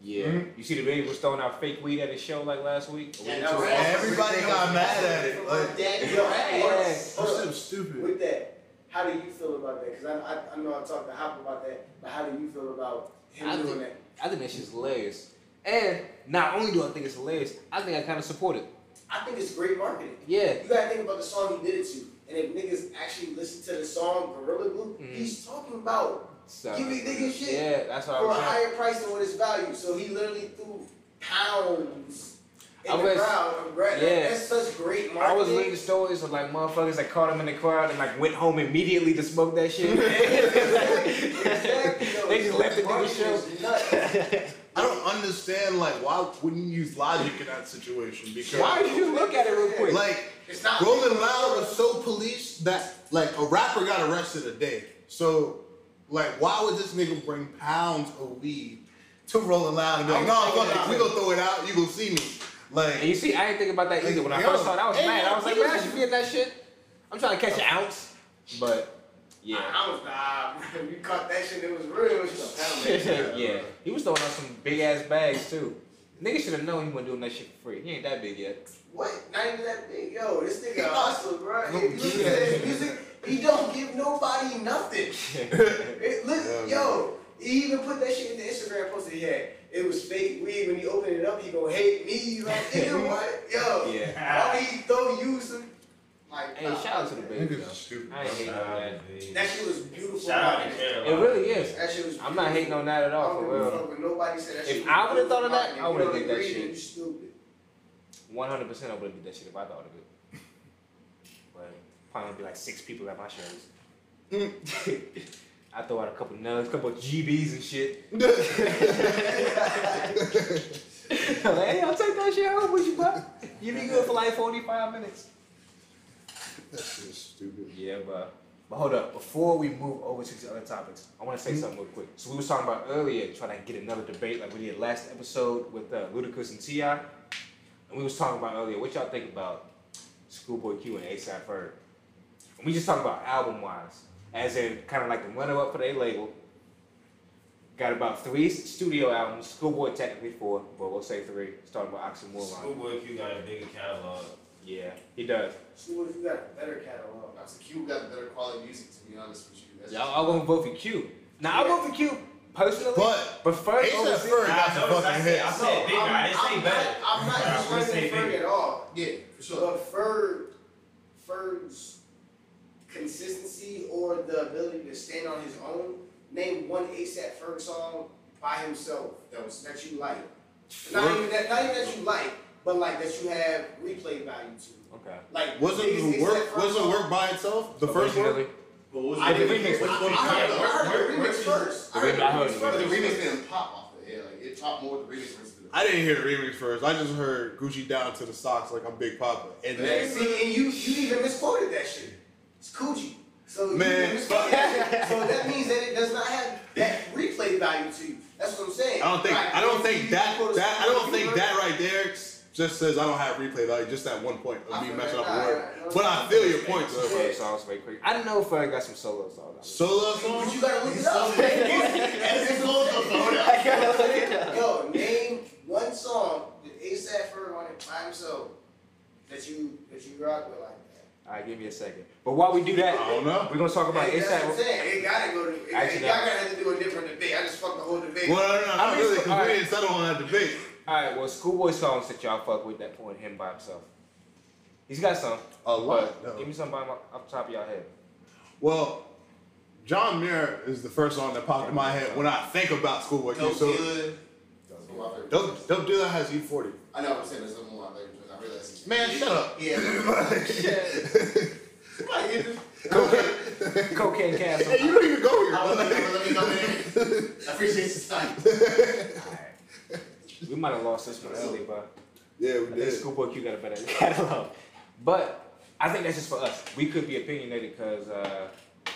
Speaker 2: Yeah.
Speaker 1: Mm-hmm.
Speaker 2: You see, the baby was throwing out fake weed at his show like last week. A week
Speaker 4: Yeah,
Speaker 2: or two
Speaker 4: that was
Speaker 2: ago.
Speaker 4: awesome.
Speaker 1: Everybody got mad at it, like-
Speaker 4: That-
Speaker 2: Yo,
Speaker 4: ass.
Speaker 1: That shit was stupid.
Speaker 4: With that, how do you feel about that? Because I, I, I know I talked to Hop about that, but how do you feel about him
Speaker 2: I
Speaker 4: doing
Speaker 2: think- I think that shit's hilarious. And not only do I think it's hilarious, I think I kind of support it.
Speaker 4: that? I think it's great marketing.
Speaker 2: Yeah.
Speaker 4: You gotta think about the song he did it to. And if niggas actually listen to the song Gorilla Glue,
Speaker 2: Mhm.
Speaker 4: he's talking about
Speaker 2: So,
Speaker 4: Give me nigga shit
Speaker 2: Yeah, that's what I
Speaker 4: for a
Speaker 2: was saying.
Speaker 4: higher price than what it's valued. So he literally threw pounds in
Speaker 2: I
Speaker 4: the
Speaker 2: was-
Speaker 4: crowd of bread.
Speaker 2: yeah.
Speaker 4: That's such great
Speaker 2: I
Speaker 4: marketing.
Speaker 2: was
Speaker 4: *laughs*
Speaker 2: reading stories of like motherfuckers that caught him in the crowd and like went home immediately to smoke that *laughs* shit.
Speaker 4: Exactly, yo.
Speaker 2: they just left the nigga
Speaker 4: Marketing
Speaker 2: show.
Speaker 4: is nuts.
Speaker 1: I don't understand like why wouldn't you use logic in that situation because
Speaker 2: Why did you look at it real quick?
Speaker 1: like
Speaker 4: It's not
Speaker 1: Golden Loud was so policed that like a rapper got arrested a day. So like why would this nigga bring pounds of weed to Rolling Loud and be like, no, fuck it, we gonna throw it out, you gonna see me.
Speaker 2: And
Speaker 1: Like
Speaker 2: you see, I didn't think about that either. When I
Speaker 1: Yo,
Speaker 2: first saw it, I was
Speaker 1: ain't
Speaker 2: mad.
Speaker 1: no
Speaker 2: I was like,
Speaker 1: reason.
Speaker 2: man, I should be in that shit. I'm trying to catch an ounce.
Speaker 1: But
Speaker 4: I, I was nah, *laughs* bro. You caught that shit. It was real. It was just a
Speaker 2: *laughs*
Speaker 4: pound, man.
Speaker 2: yeah. He was throwing out some big ass bags too. Nigga should have known he wasn't doing that shit for free. He ain't that big yet. *laughs*
Speaker 4: What? Not even that big. Yo, this nigga
Speaker 5: *laughs*
Speaker 4: a hustler, bro. If you listen
Speaker 1: Yeah.
Speaker 4: to his music, he don't give nobody nothing. It, look,
Speaker 1: Yeah, man.
Speaker 4: yo, he even put that shit in the Instagram post that he had. It was fake weed. When he opened it up, he gonna hate me. Like,
Speaker 2: *laughs*
Speaker 4: nigga, what? Yo,
Speaker 2: yeah.
Speaker 4: why he throw you some? Like,
Speaker 2: Hey,
Speaker 4: nah,
Speaker 2: shout out to the
Speaker 4: man.
Speaker 2: baby.
Speaker 1: niggas
Speaker 2: though.
Speaker 1: is stupid.
Speaker 2: I ain't
Speaker 1: *laughs*
Speaker 2: hating on that.
Speaker 4: That shit was beautiful.
Speaker 5: Shout out to
Speaker 4: marketing.
Speaker 5: Carolina.
Speaker 2: It really is.
Speaker 4: That shit was.
Speaker 2: I'm not hating on that at all, for real.
Speaker 4: But nobody said that
Speaker 2: If
Speaker 4: shit
Speaker 2: I
Speaker 4: was
Speaker 2: would've
Speaker 4: beautiful
Speaker 2: thought of that, I
Speaker 4: marketing. If you
Speaker 2: would've
Speaker 4: don't
Speaker 2: did that
Speaker 4: agree, then
Speaker 2: shit.
Speaker 4: You stupid.
Speaker 2: One hundred percent, I would have did that shit if I thought of it. But probably gonna be like six people at my shows. *laughs* I throw out a couple nugs, couple GBs and shit. *laughs* I'm like, hey, I'll take that shit home with you, bud. You be good for like forty-five minutes.
Speaker 1: That shit is stupid.
Speaker 2: Yeah, but but hold up. Before we move over to these other topics, I want to say something real quick. So we was talking about earlier trying to get another debate like we did last episode with uh, Ludacris and Ti, and we was talking about earlier what y'all think about Schoolboy Q and ASAP Ferg. And we just talking about album wise, as in kind of like the runner up for their label. Got about three studio albums. Schoolboy technically four, but we'll say three. Starting with Oxymoron.
Speaker 5: Schoolboy Q got a bigger catalog.
Speaker 2: Yeah, he does.
Speaker 4: So what if you got a better catalog?
Speaker 6: That's Q got better quality music, to be honest with you. That's
Speaker 2: Y'all, I'm gonna vote for Q. Now I vote for Q personally,
Speaker 1: But
Speaker 2: but first, oh,
Speaker 1: ASAP
Speaker 2: overseas-
Speaker 1: Ferg got
Speaker 5: I
Speaker 1: some
Speaker 5: noticed I
Speaker 1: fucking
Speaker 5: said, I
Speaker 1: hits.
Speaker 5: said bigger. I didn't say
Speaker 4: I'm
Speaker 5: better.
Speaker 4: Not, I'm not
Speaker 5: I wouldn't say
Speaker 4: discrediting Ferg
Speaker 5: bigger.
Speaker 4: at all.
Speaker 6: yeah, for sure.
Speaker 4: But Ferg, Ferg's consistency or the ability to stand on his own, name one ASAP Ferg song by himself that was that you like. Not even that, not even that you like, but like that you have replay value to.
Speaker 2: Okay.
Speaker 4: Like
Speaker 1: Wasn't
Speaker 4: biggest
Speaker 1: the
Speaker 4: A$AP
Speaker 1: work
Speaker 4: Ferg
Speaker 1: wasn't
Speaker 4: song-
Speaker 1: work by itself? The first one?
Speaker 2: Originally.
Speaker 6: But what was
Speaker 4: I didn't
Speaker 6: remix?
Speaker 4: remix. I,
Speaker 6: Which one?
Speaker 4: I, heard the- I heard the
Speaker 5: *laughs*
Speaker 4: remix first.
Speaker 6: I
Speaker 2: The
Speaker 6: heard
Speaker 2: remix-
Speaker 6: the
Speaker 2: I heard
Speaker 6: remix
Speaker 2: the
Speaker 6: first. The
Speaker 2: remix.
Speaker 6: remix didn't pop off of it. Yeah, like it popped more with the remix versus the.
Speaker 1: I didn't hear the remix first. I just heard Gucci down to the socks like I'm Big Papa. And
Speaker 4: And
Speaker 1: then
Speaker 4: see, and you you even misquoted that shit. It's coochie. So you
Speaker 1: Man.
Speaker 4: even misquoted that shit. So that means that it does not have that replay value to you. That's what I'm saying.
Speaker 1: I don't think
Speaker 4: Like,
Speaker 1: I don't
Speaker 4: you-
Speaker 1: think
Speaker 4: you
Speaker 1: that
Speaker 4: misquoted
Speaker 1: that I don't
Speaker 4: something you
Speaker 1: think
Speaker 4: heard.
Speaker 1: that right there just says I don't have replay value. Just that one point of
Speaker 4: I
Speaker 1: me
Speaker 4: feel
Speaker 1: messing up
Speaker 4: that.
Speaker 1: a
Speaker 4: Nah,
Speaker 1: word.
Speaker 4: nah, nah.
Speaker 1: But I feel your point though. uh,
Speaker 2: Ferg songs very quick. I didn't know Ferg got some solo songs.
Speaker 1: Solo song.
Speaker 4: But you gotta look it up. As it goes the *laughs* phone up. Yo, name one song that ASAP Ferg on it by himself that you that you rock with like that.
Speaker 2: All right, give me a second. But while we do that,
Speaker 1: I don't know.
Speaker 2: we're gonna talk about
Speaker 4: Hey, that's what I'm
Speaker 2: ASAP.
Speaker 4: saying. It gotta go to. It,
Speaker 2: Actually,
Speaker 4: it, y'all gotta have to do a different debate. I just fucked the whole debate.
Speaker 1: Well, no, no, no,
Speaker 2: I
Speaker 1: not
Speaker 2: mean,
Speaker 1: really,
Speaker 2: so-
Speaker 1: because we
Speaker 2: alright.
Speaker 1: didn't settle on that debate.
Speaker 2: All right, well, Schoolboy songs that y'all fuck with that point him by himself. He's got some.
Speaker 1: A
Speaker 2: But
Speaker 1: lot. though.
Speaker 2: give me some by my, up top of y'all head.
Speaker 1: Well, John Muir is the first song that popped in my head when I think about Schoolboy Q.
Speaker 6: Dope
Speaker 1: So
Speaker 6: good. That's one of my favorite.
Speaker 1: Dope Dope Dealer has E E40.
Speaker 6: I know what I'm saying. That's one of my favorite joints. I realize. it's-
Speaker 1: Man, shut *laughs* up.
Speaker 6: Yeah.
Speaker 4: *laughs*
Speaker 6: Somebody get this.
Speaker 2: Cocaine
Speaker 1: *laughs*
Speaker 2: Castle.
Speaker 1: Hey, you don't even go
Speaker 6: I was like,
Speaker 1: here.
Speaker 6: let me go in.
Speaker 5: *laughs*
Speaker 6: I appreciate the time.
Speaker 2: All right. We might have lost this one early, but.
Speaker 1: Yeah, we
Speaker 2: I think
Speaker 1: did.
Speaker 2: Schoolboy Q got a better *laughs* catalog. But I think that's just for us. We could be opinionated because, uh,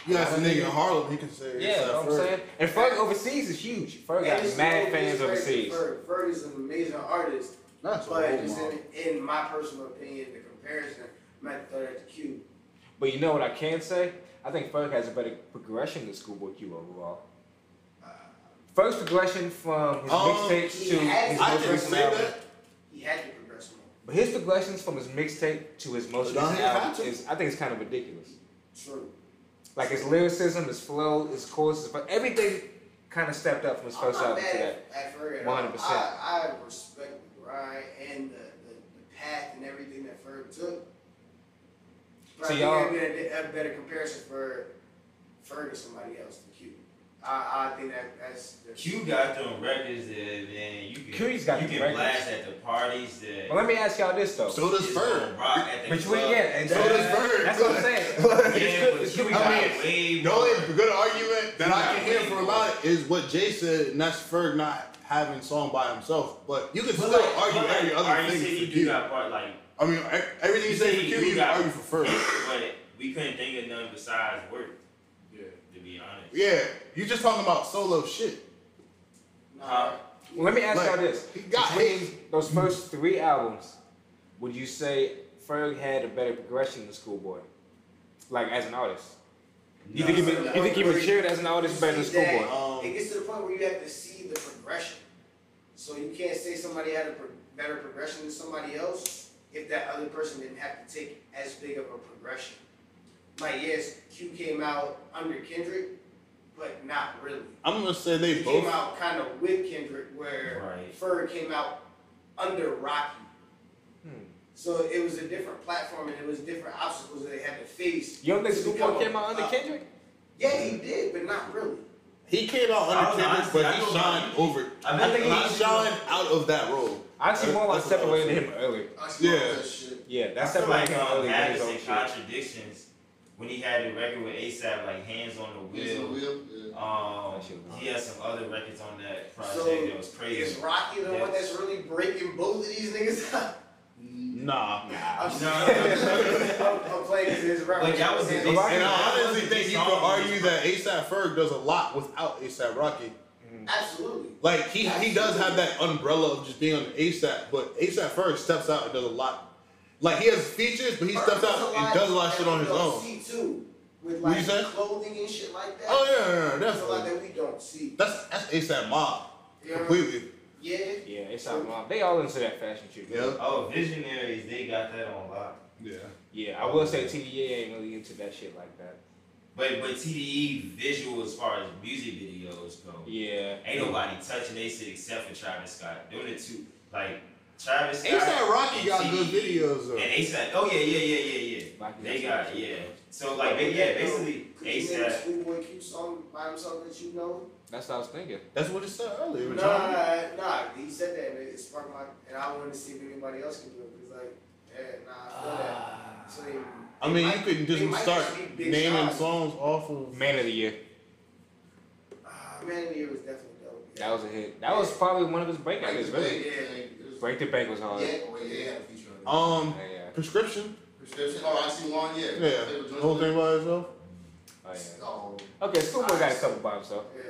Speaker 1: You got some nigga in Harlem, he can say.
Speaker 2: yeah, you know what I'm saying? And Ferg overseas is huge. Ferg
Speaker 4: And
Speaker 2: got
Speaker 4: it's
Speaker 2: mad
Speaker 4: no
Speaker 2: fans
Speaker 4: disrespect to
Speaker 2: overseas. Oh
Speaker 4: Ferg. Ferg is an amazing artist,
Speaker 1: That's a
Speaker 4: but
Speaker 1: role
Speaker 4: just
Speaker 1: model.
Speaker 4: in, in my personal opinion, the comparison, I'm gonna have to throw that to Q.
Speaker 2: But you know what I can say? I think Ferg has a better progression than Schoolboy Q overall.
Speaker 4: uh,
Speaker 2: First progression from his
Speaker 1: Um,
Speaker 2: mixtapes
Speaker 4: he
Speaker 2: to
Speaker 4: has-
Speaker 2: his
Speaker 1: I
Speaker 2: most
Speaker 1: can
Speaker 2: recent
Speaker 1: say
Speaker 2: album.
Speaker 1: that.
Speaker 4: He had to progress more.
Speaker 2: But his progressions from his mixtape to his most
Speaker 1: Don't
Speaker 2: recent
Speaker 1: he have
Speaker 2: album
Speaker 1: to?
Speaker 2: is, I think, it's kind of ridiculous.
Speaker 4: True.
Speaker 2: Like his lyricism, his flow, his courses, but everything kind of stepped up from his
Speaker 4: I'm
Speaker 2: first
Speaker 4: not
Speaker 2: album to
Speaker 4: mad
Speaker 2: that.
Speaker 4: at, at Ferg
Speaker 2: 100%.
Speaker 4: at all. I, I respect the grind and the, the, the path and everything that Ferg took. But
Speaker 2: So
Speaker 4: I
Speaker 2: y'all-
Speaker 4: think that'd be a, a better comparison for Ferg to somebody else than Q. I, I think that that's the
Speaker 5: Q got them records that man, you can
Speaker 2: Q's got
Speaker 5: you
Speaker 2: them
Speaker 5: can
Speaker 2: records.
Speaker 5: blast at the parties that
Speaker 2: Well, let me ask y'all this though.
Speaker 1: So does
Speaker 5: it's
Speaker 1: Ferg.
Speaker 5: gonna rock at the
Speaker 2: Between
Speaker 5: club.
Speaker 2: yeah, and
Speaker 1: So
Speaker 2: that-
Speaker 1: does Ferg.
Speaker 2: That's what I'm saying.
Speaker 1: *laughs*
Speaker 5: Yeah,
Speaker 2: It's good-
Speaker 5: but
Speaker 2: it's
Speaker 5: Q
Speaker 2: good we
Speaker 5: got
Speaker 2: got
Speaker 1: I
Speaker 5: way
Speaker 1: The
Speaker 5: more.
Speaker 1: only good argument that I can
Speaker 5: Yeah.
Speaker 1: hear for about it is what Jay said, and that's Ferg not having song by himself. But you can
Speaker 5: But
Speaker 1: still
Speaker 5: like,
Speaker 1: argue
Speaker 5: but like,
Speaker 1: every other
Speaker 5: Ari City
Speaker 1: thing for
Speaker 5: do
Speaker 1: Q.
Speaker 5: got part like,
Speaker 1: I mean, e- everything you
Speaker 5: You
Speaker 1: say
Speaker 5: said
Speaker 1: for
Speaker 5: he-
Speaker 1: Q,
Speaker 5: you
Speaker 1: you can
Speaker 5: got-
Speaker 1: argue for Ferg.
Speaker 5: but we couldn't think of nothing besides work.
Speaker 6: Yeah.
Speaker 5: To be honest.
Speaker 1: Yeah, you just talking about solo shit.
Speaker 5: Uh,
Speaker 2: Well, let me ask
Speaker 1: Like,
Speaker 2: y'all this:
Speaker 1: he got
Speaker 2: Between those first three albums, would you say Ferg had a better progression than Schoolboy? like as an artist? You
Speaker 1: No.
Speaker 2: think he, ma- you think he matured as an artist better than
Speaker 4: See that,
Speaker 2: Schoolboy?
Speaker 1: Um,
Speaker 4: it gets to the point where you have to see the progression. So you can't say somebody had a pro- better progression than somebody else if that other person didn't have to take as big of a progression. Like yes, Q came out under Kendrick, but not really.
Speaker 1: I'm gonna say they
Speaker 4: He came
Speaker 1: both.
Speaker 4: out kind of with Kendrick, where
Speaker 5: Right.
Speaker 4: Fur came out under Rocky.
Speaker 2: Hmm.
Speaker 4: So it was a different platform and it was different obstacles that they had to face.
Speaker 2: You don't think
Speaker 4: to become
Speaker 2: Schoolboy
Speaker 4: a-
Speaker 2: came out under
Speaker 4: uh,
Speaker 2: Kendrick?
Speaker 4: Yeah, he did, but not really.
Speaker 1: He came out
Speaker 5: I
Speaker 1: under
Speaker 5: don't know,
Speaker 1: Kendrick,
Speaker 5: I-
Speaker 1: but
Speaker 5: I
Speaker 1: he
Speaker 5: don't
Speaker 1: shined over.
Speaker 5: I
Speaker 2: I
Speaker 5: think
Speaker 2: think
Speaker 5: he
Speaker 1: He
Speaker 2: he's-
Speaker 1: shined out of that role.
Speaker 2: I see more like
Speaker 1: That's what I would
Speaker 2: separating him earlier.
Speaker 1: Yeah.
Speaker 2: Yeah,
Speaker 5: I
Speaker 2: that's
Speaker 5: feel like
Speaker 2: separating him
Speaker 5: um,
Speaker 2: earlier than his
Speaker 5: Madison
Speaker 2: own shit.
Speaker 5: contradictions when he had the record with ASAP, like hands on the
Speaker 6: Wheel.
Speaker 5: wheel.
Speaker 6: Wheel. Yeah.
Speaker 5: Um,
Speaker 2: That shit was
Speaker 5: he had some other records on that project
Speaker 4: So,
Speaker 5: that was
Speaker 4: Is
Speaker 5: crazy.
Speaker 4: Rocky the one
Speaker 5: Yes.
Speaker 4: that's really breaking both of these niggas up? *laughs*
Speaker 1: Nah.
Speaker 4: I'm,
Speaker 5: No, no, no.
Speaker 4: *laughs* I'm, I'm playing because his reference.
Speaker 5: Like, that was the
Speaker 4: Yeah,
Speaker 5: big-
Speaker 4: Rocky-
Speaker 1: And I honestly
Speaker 5: Rocky
Speaker 1: think you
Speaker 5: song
Speaker 1: could
Speaker 5: was-
Speaker 1: argue that ASAP Ferg does a lot without ASAP Rocky.
Speaker 4: Absolutely.
Speaker 1: Like he he does have that umbrella of just being on ASAP, but ASAP Ferg steps out and does a lot. Like he has features, but he steps out and does a lot of shit on his own.
Speaker 4: See too, with
Speaker 1: What you
Speaker 4: like
Speaker 1: say?
Speaker 4: clothing and shit like that.
Speaker 1: Oh yeah, yeah, yeah
Speaker 4: There's a lot
Speaker 1: definitely.
Speaker 4: that we don't see.
Speaker 1: That's that's ASAP Mob
Speaker 4: You know what I mean?
Speaker 1: completely.
Speaker 4: Yeah.
Speaker 2: Yeah, it's out of They all into that fashion shit.
Speaker 1: Yeah,
Speaker 5: Oh, Visionaries, they got that on lock.
Speaker 1: yeah.
Speaker 2: Yeah, I will say TDA ain't really into that shit like that.
Speaker 5: But but TDE visual as far as music videos go,
Speaker 2: Yeah.
Speaker 5: ain't nobody touching they shit except for Travis Scott. Them the two like Travis Scott.
Speaker 1: ASAP Rocky
Speaker 5: and
Speaker 1: got good
Speaker 5: TDE.
Speaker 1: videos
Speaker 5: And
Speaker 1: though.
Speaker 5: ASAP, oh yeah, yeah, yeah, yeah, yeah.
Speaker 2: Rocky
Speaker 5: They
Speaker 2: got
Speaker 5: got
Speaker 2: some
Speaker 5: yeah.
Speaker 2: shit.
Speaker 5: So like they, yeah, basically
Speaker 4: Could you name a
Speaker 5: ASAP.
Speaker 4: Schoolboy Q song by himself that you know?
Speaker 2: That's what I was thinking.
Speaker 1: That's what it said earlier.
Speaker 4: Nah,
Speaker 1: It was
Speaker 4: nah,
Speaker 1: on-
Speaker 4: nah, nah. He said that and it sparked my, and I wanted to see if anybody else could do it because like, yeah, nah, I feel
Speaker 5: Uh,
Speaker 4: that.
Speaker 5: Ah.
Speaker 4: So they,
Speaker 1: I mean,
Speaker 4: They
Speaker 1: you
Speaker 4: might-
Speaker 1: couldn't
Speaker 4: they
Speaker 1: just
Speaker 4: might
Speaker 1: start
Speaker 4: just be big
Speaker 1: naming
Speaker 4: shots.
Speaker 1: songs off of.
Speaker 2: Man of the year.
Speaker 4: ah, man, of the year was definitely dope. Yeah.
Speaker 2: That was a hit. That was probably one of his breakout hits, really.
Speaker 6: Break.
Speaker 2: Break the Bank was hard.
Speaker 6: Yeah. Oh, yeah, they had a feature on it.
Speaker 2: Yeah,
Speaker 1: Um,
Speaker 2: yeah.
Speaker 1: prescription.
Speaker 6: Prescription. Oh, I see one. Yeah.
Speaker 1: Yeah,
Speaker 6: They were doing
Speaker 1: whole thing by itself.
Speaker 2: Oh, yeah.
Speaker 6: Oh,
Speaker 2: Okay, Schoolboy got a couple by himself.
Speaker 4: Yeah.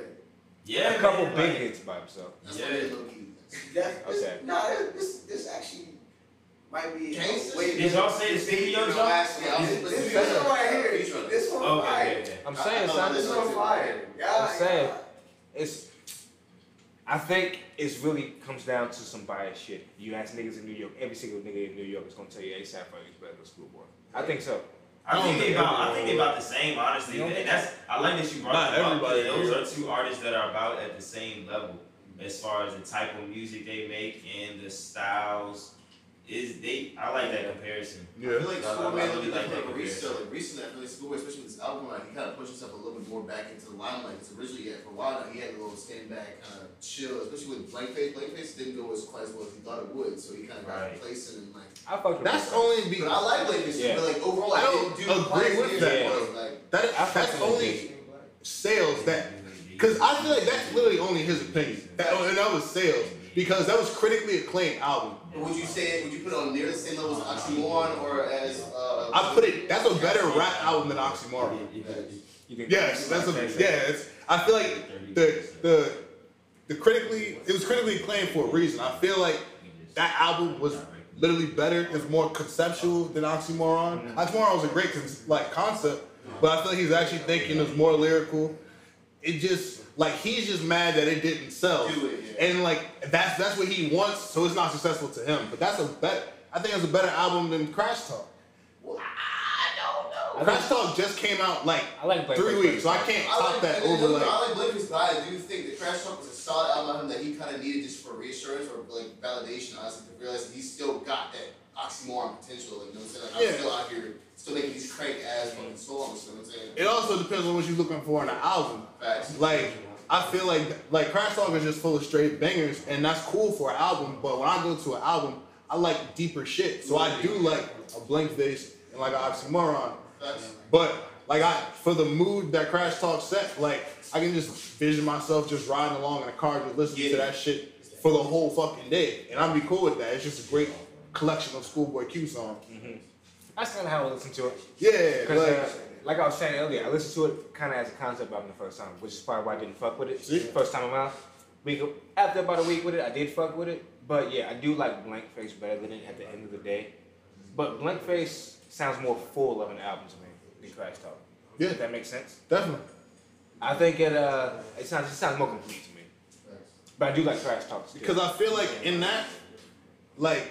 Speaker 5: Yeah,
Speaker 2: a couple
Speaker 5: man,
Speaker 2: big
Speaker 5: like,
Speaker 2: hits by himself.
Speaker 6: that's
Speaker 5: Yeah.
Speaker 6: what they look key.
Speaker 4: That, this,
Speaker 2: Okay.
Speaker 4: Nah, that- this this actually might be.
Speaker 6: Gangsta
Speaker 4: way
Speaker 6: shit.
Speaker 5: Did y'all say the studio joint?
Speaker 4: This
Speaker 6: Yeah, I was
Speaker 4: this-
Speaker 6: listening
Speaker 4: this
Speaker 6: to it.
Speaker 4: one right here. This one
Speaker 5: Oh,
Speaker 4: fire.
Speaker 5: okay, yeah, yeah.
Speaker 2: I'm
Speaker 6: I- I
Speaker 2: saying,
Speaker 6: know
Speaker 2: son,
Speaker 4: This
Speaker 6: this
Speaker 4: one fire. Yeah,
Speaker 2: I'm saying.
Speaker 4: yeah.
Speaker 2: it's. I think it's really comes down to some bias shit. You ask niggas in New York, every single nigga in New York is gonna tell you ASAP Ferg is better than Schoolboy. I think so.
Speaker 5: I think they
Speaker 1: Yeah.
Speaker 5: about I think they about the same honestly,
Speaker 2: You don't
Speaker 5: and
Speaker 2: think-
Speaker 5: that's I like that you brought
Speaker 1: Not
Speaker 5: that up.
Speaker 1: everybody
Speaker 5: because Those
Speaker 1: agree.
Speaker 5: are two artists that are about at the same level as far as the type of music they make and the styles. Is they I like that comparison.
Speaker 6: I feel like
Speaker 5: Yeah.
Speaker 6: Schoolboy
Speaker 5: I- I
Speaker 6: made a
Speaker 5: really
Speaker 6: little
Speaker 5: like
Speaker 6: bit
Speaker 5: that
Speaker 6: different
Speaker 5: comparison.
Speaker 6: recently. Recently, I feel like Schoolboy, especially with this album, like, he kind of pushed himself a little bit more back into the limelight. Because originally, yeah, for a while, now, he had a little stand back, kind of chill, especially with Blankface. Blankface didn't go as quite as well as he thought it would, so he kind of got
Speaker 5: Right.
Speaker 6: complacent and like.
Speaker 2: I fuck with
Speaker 1: That's
Speaker 2: Blankface.
Speaker 1: only be
Speaker 6: But I like Blankface,
Speaker 2: Yeah.
Speaker 6: but like overall,
Speaker 1: I
Speaker 6: I didn't
Speaker 1: don't
Speaker 6: do
Speaker 1: agree
Speaker 6: quite as
Speaker 1: with
Speaker 6: good
Speaker 1: that,
Speaker 6: as it
Speaker 2: though.
Speaker 6: was, Like,
Speaker 1: that.
Speaker 2: I fuck
Speaker 1: That's
Speaker 2: with
Speaker 1: only sales that Because I feel like that's literally only his opinion. That, oh, and that was sales. Because that was critically acclaimed album.
Speaker 6: but would you say would you put it on near the same level as Oxymoron or as? Uh,
Speaker 1: I put it, that's a better rap album than Oxymoron.
Speaker 2: You think
Speaker 1: Yes, that's a, yeah, it's, I feel like the, the, the critically, it was critically acclaimed for a reason. I feel like that album was literally better. It's more conceptual than Oxymoron.
Speaker 6: Mm-hmm.
Speaker 1: Oxymoron was a great con- like concept, but I feel like he's actually thinking it's more lyrical. It just like he's just mad that it didn't sell,
Speaker 6: Do it, yeah.
Speaker 1: and like that's that's what he wants, so it's not successful to him. But that's a better. I think it's a better album than Crash Talk.
Speaker 2: I
Speaker 1: Crash
Speaker 2: think-
Speaker 1: Talk just came out like
Speaker 2: I like Blankface.
Speaker 1: three weeks, so I can't
Speaker 6: I
Speaker 1: top
Speaker 6: like
Speaker 1: that
Speaker 6: I mean,
Speaker 1: over
Speaker 6: look,
Speaker 1: like.
Speaker 6: I like Blankface, but I do think that Crash Talk was a solid album on him that he kind of needed just for reassurance or like validation, honestly, to realize that he still got that oxymoron potential. Like, you know what I'm saying? Like,
Speaker 1: Yeah.
Speaker 6: I'm still out here, still making these crank ass fucking songs. You know what I'm saying?
Speaker 1: It also depends on what you're looking for in an album.
Speaker 6: Facts.
Speaker 1: Like I feel like like Crash Talk is just full of straight bangers, and that's cool for an album. But when I go to an album, I like deeper shit. So I do like a blank face and like an oxymoron.
Speaker 6: Facts.
Speaker 1: But like I for the mood that Crash Talk set, like I can just vision myself just riding along in a car just listening to
Speaker 6: Yeah.
Speaker 1: that shit for the whole fucking day, and I'd be cool with that. It's just a great collection of Schoolboy Q songs.
Speaker 2: That's kind of how I listen to it.
Speaker 1: Yeah,
Speaker 2: Because,
Speaker 1: like.
Speaker 2: uh, like I was saying earlier, I listened to it kind of as a concept album the first time, which is probably why I didn't fuck with it
Speaker 1: See?
Speaker 2: first time around. Week after about a week with it, I did fuck with it, but yeah, I do like Blank Face better than it at the end of the day. But Blank Face sounds more full of an album to me. than Crash Talk.
Speaker 1: Yeah.
Speaker 2: If that makes sense.
Speaker 1: Definitely.
Speaker 2: I think it uh it sounds it sounds more complete to me. But I do like Crash Talk. still.
Speaker 1: Because I feel like in that, like,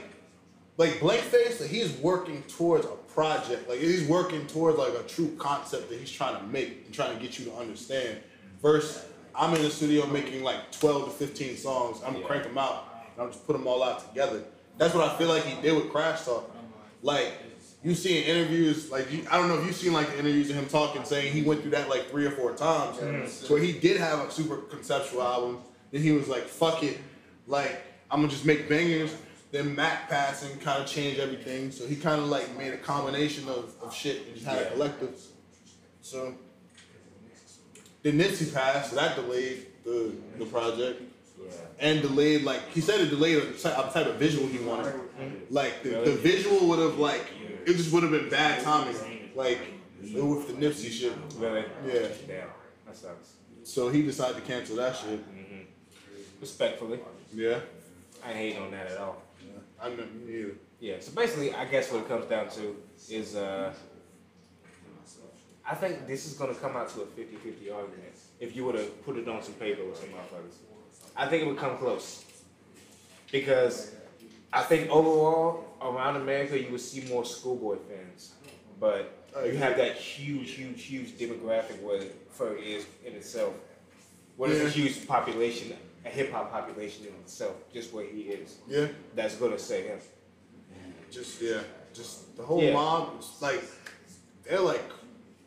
Speaker 1: like Blankface, like, he's working towards a project. Like he's working towards like a true concept that he's trying to make and trying to get you to understand. Versus, I'm in the studio making like 12 to 15 songs. I'm gonna
Speaker 2: Yeah.
Speaker 1: crank them out. And I'm just put them all out together. That's what I feel like he did with Crash Talk. Like you see in interviews, like you, I don't know if you've seen like the interviews of him talking, saying he went through that like three or four times. So he did have a super conceptual album. Then he was like, fuck it. Like, I'm gonna just make bangers. Then Mac passing kind of changed everything. So he kind of like made a combination of, of shit and just had a collective. So then Nipsey passed, so that delayed the, the project. And delayed, like, he said it delayed a ty- a type of visual he wanted. Like, the, the visual would have, like, it just would have been bad timing. Like, with the Nipsey shit.
Speaker 2: Really?
Speaker 1: Yeah.
Speaker 2: Damn. That sucks.
Speaker 1: So he decided to cancel that shit.
Speaker 2: hmm Respectfully,
Speaker 1: Yeah.
Speaker 2: I ain't hating on that at all.
Speaker 1: I know you.
Speaker 2: Yeah. So basically, I guess what it comes down to is uh, I think this is gonna come out to a 50-50 argument if you were to put it on some paper with some motherfuckers. I think it would come close because I think overall around America you would see more schoolboy fans, but you have that huge, huge, huge demographic where Ferg is in itself. What is
Speaker 1: Yeah.
Speaker 2: a huge population, a hip hop population in itself, just where he is.
Speaker 1: Yeah.
Speaker 2: That's gonna say him.
Speaker 1: Just yeah. Just the whole
Speaker 2: Yeah.
Speaker 1: mob. is, Like they're like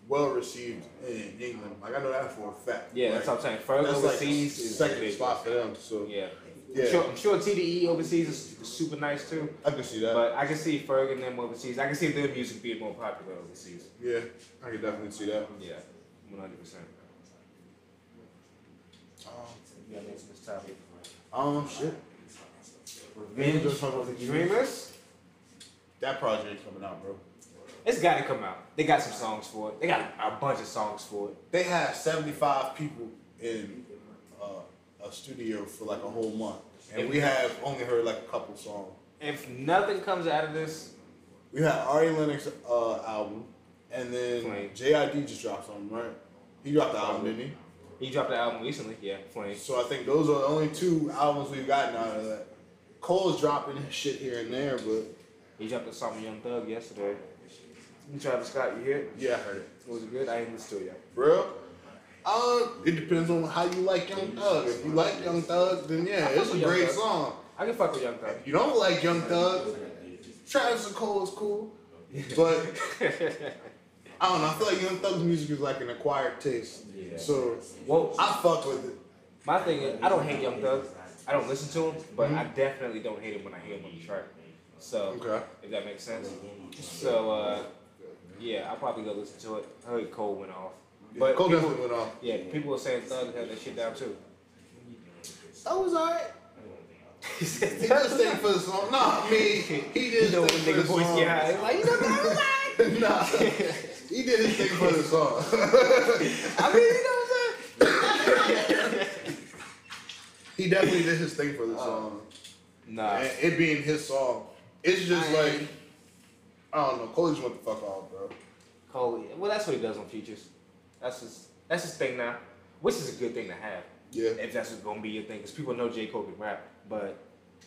Speaker 1: well received in England. Like I know that for a fact.
Speaker 2: Yeah,
Speaker 1: like,
Speaker 2: that's what I'm saying. Ferg
Speaker 1: that's like
Speaker 2: overseas is
Speaker 1: second
Speaker 2: ridiculous.
Speaker 1: spot for them. So yeah,
Speaker 2: Yeah. I'm, sure, I'm sure TDE overseas is, is super nice too,
Speaker 1: I can see that.
Speaker 2: but I can see Ferg and them overseas. I can see their music being more popular overseas.
Speaker 1: yeah, I can definitely see that.
Speaker 2: Yeah, one hundred percent. Yeah, next this topic.
Speaker 1: Um, shit.
Speaker 2: Revenge
Speaker 1: Just talk about
Speaker 2: of
Speaker 1: the
Speaker 2: the Dreamers.
Speaker 1: That project ain't coming out, bro.
Speaker 2: It's got to come out. They got some songs for it. They got a bunch of songs for it.
Speaker 1: They had seventy five people in uh, a studio for like a whole month, and we have only heard like a couple songs.
Speaker 2: If nothing comes out of this,
Speaker 1: We had Ari Lennox uh, album, and then
Speaker 2: Flame.
Speaker 1: JID just dropped something, right? He dropped the album, didn't he?
Speaker 2: he dropped the album recently. Yeah, Flame.
Speaker 1: So I think those are the only two albums we've gotten out of that. Cole's dropping his shit here and there, but
Speaker 2: He dropped a song with Young Thug yesterday. Travis Scott, you hear it?
Speaker 1: yeah, I heard it.
Speaker 2: Was it good? I ain't listened to it yet.
Speaker 1: Bro, uh, it depends on how you like Young Thug. If you like Young Thug, then yeah,
Speaker 2: I fuck
Speaker 1: it's a
Speaker 2: with Young
Speaker 1: great
Speaker 2: Thug.
Speaker 1: song.
Speaker 2: I can fuck with Young Thug.
Speaker 1: If you don't like Young Thug, Travis and Cole is cool, *laughs*
Speaker 2: *laughs*
Speaker 1: but I don't know. I feel like Young Thug's music is like an acquired taste.
Speaker 2: Yeah.
Speaker 1: So
Speaker 2: well,
Speaker 1: I fuck with it.
Speaker 2: my thing is, I don't hate Young Thug. I don't listen to him, but I definitely don't hate him when I hear him on the track. So,
Speaker 1: Okay.
Speaker 2: if that makes sense. So, uh, yeah, I'll probably go listen to it. I heard Cole went off. But
Speaker 1: Cole
Speaker 2: people,
Speaker 1: definitely went off.
Speaker 2: yeah, people were saying Thug had that shit down too.
Speaker 1: That was
Speaker 2: *laughs*
Speaker 1: alright.
Speaker 2: he said,
Speaker 1: He does stay for the song. No, I mean, he
Speaker 2: you
Speaker 1: did
Speaker 2: know,
Speaker 1: not
Speaker 2: when
Speaker 1: stay for
Speaker 2: nigga
Speaker 1: the
Speaker 2: voice
Speaker 1: song.
Speaker 2: get high, it's like, you know, that *laughs* was
Speaker 1: *laughs*
Speaker 2: alright.
Speaker 1: nah, he did his thing for the song.
Speaker 2: I mean, you know what I'm saying?
Speaker 1: *laughs* he definitely did his thing for the song.
Speaker 2: Oh, Nah.
Speaker 1: And it being his song, it's just
Speaker 2: I-
Speaker 1: like, I don't know. Cole just went the fuck off, bro.
Speaker 2: Cole, well, that's what he does on Futures. That's his, that's his thing now, which is a good thing to have.
Speaker 1: Yeah.
Speaker 2: if that's what's gonna be your thing, because people know J. Cole can rap, but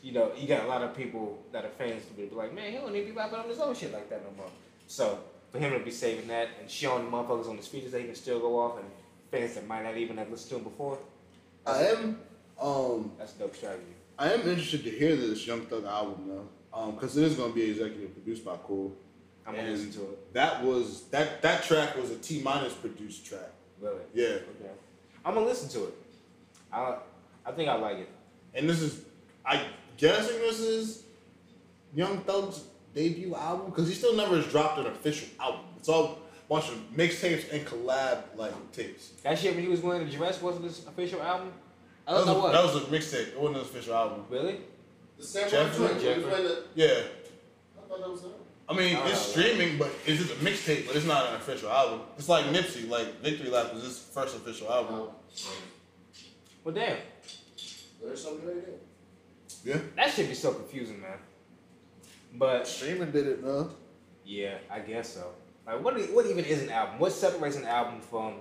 Speaker 2: you know, you got a lot of people that are fans to be like, man, he don't need to be rapping on his own shit like that no more. So for him to be saving that and showing motherfuckers on the speeches that he can still go off and fans that might not even have listened to him before,
Speaker 1: I am, um,
Speaker 2: that's a dope strategy.
Speaker 1: I am interested to hear this Young Thug album though, um, because it is gonna be executive produced by Cole.
Speaker 2: I'm gonna
Speaker 1: And
Speaker 2: listen to it.
Speaker 1: That was that that track was a T minus produced track.
Speaker 2: Really?
Speaker 1: Yeah.
Speaker 2: Okay. I'm gonna listen to it. I I think I like it.
Speaker 1: And this is, I guessing this is Young Thug's debut album because he still never has dropped an official album. It's all a bunch of mixtapes and collab like tapes.
Speaker 2: That shit when he was wearing the dress wasn't his official album. I
Speaker 1: That was,
Speaker 2: don't
Speaker 1: a,
Speaker 2: know what.
Speaker 1: that was a mixtape. It wasn't an official album.
Speaker 2: really?
Speaker 6: The samurai
Speaker 1: Jeffrey,
Speaker 6: joint,
Speaker 2: Jeffrey.
Speaker 6: we played it-
Speaker 1: Yeah.
Speaker 6: I thought that was it.
Speaker 1: I mean,
Speaker 2: Oh,
Speaker 1: it's
Speaker 2: yeah.
Speaker 1: streaming, but it's just a mixtape, but it's not an official album. It's like Nipsey, like Victory Lap was his first official album.
Speaker 6: Um,
Speaker 2: Well, damn.
Speaker 6: There's something right there.
Speaker 1: Yeah.
Speaker 2: That should be so confusing, man. But
Speaker 1: Streaming did it, man.
Speaker 2: Yeah, I guess so. Like, what, e- what even is an album? What separates an album from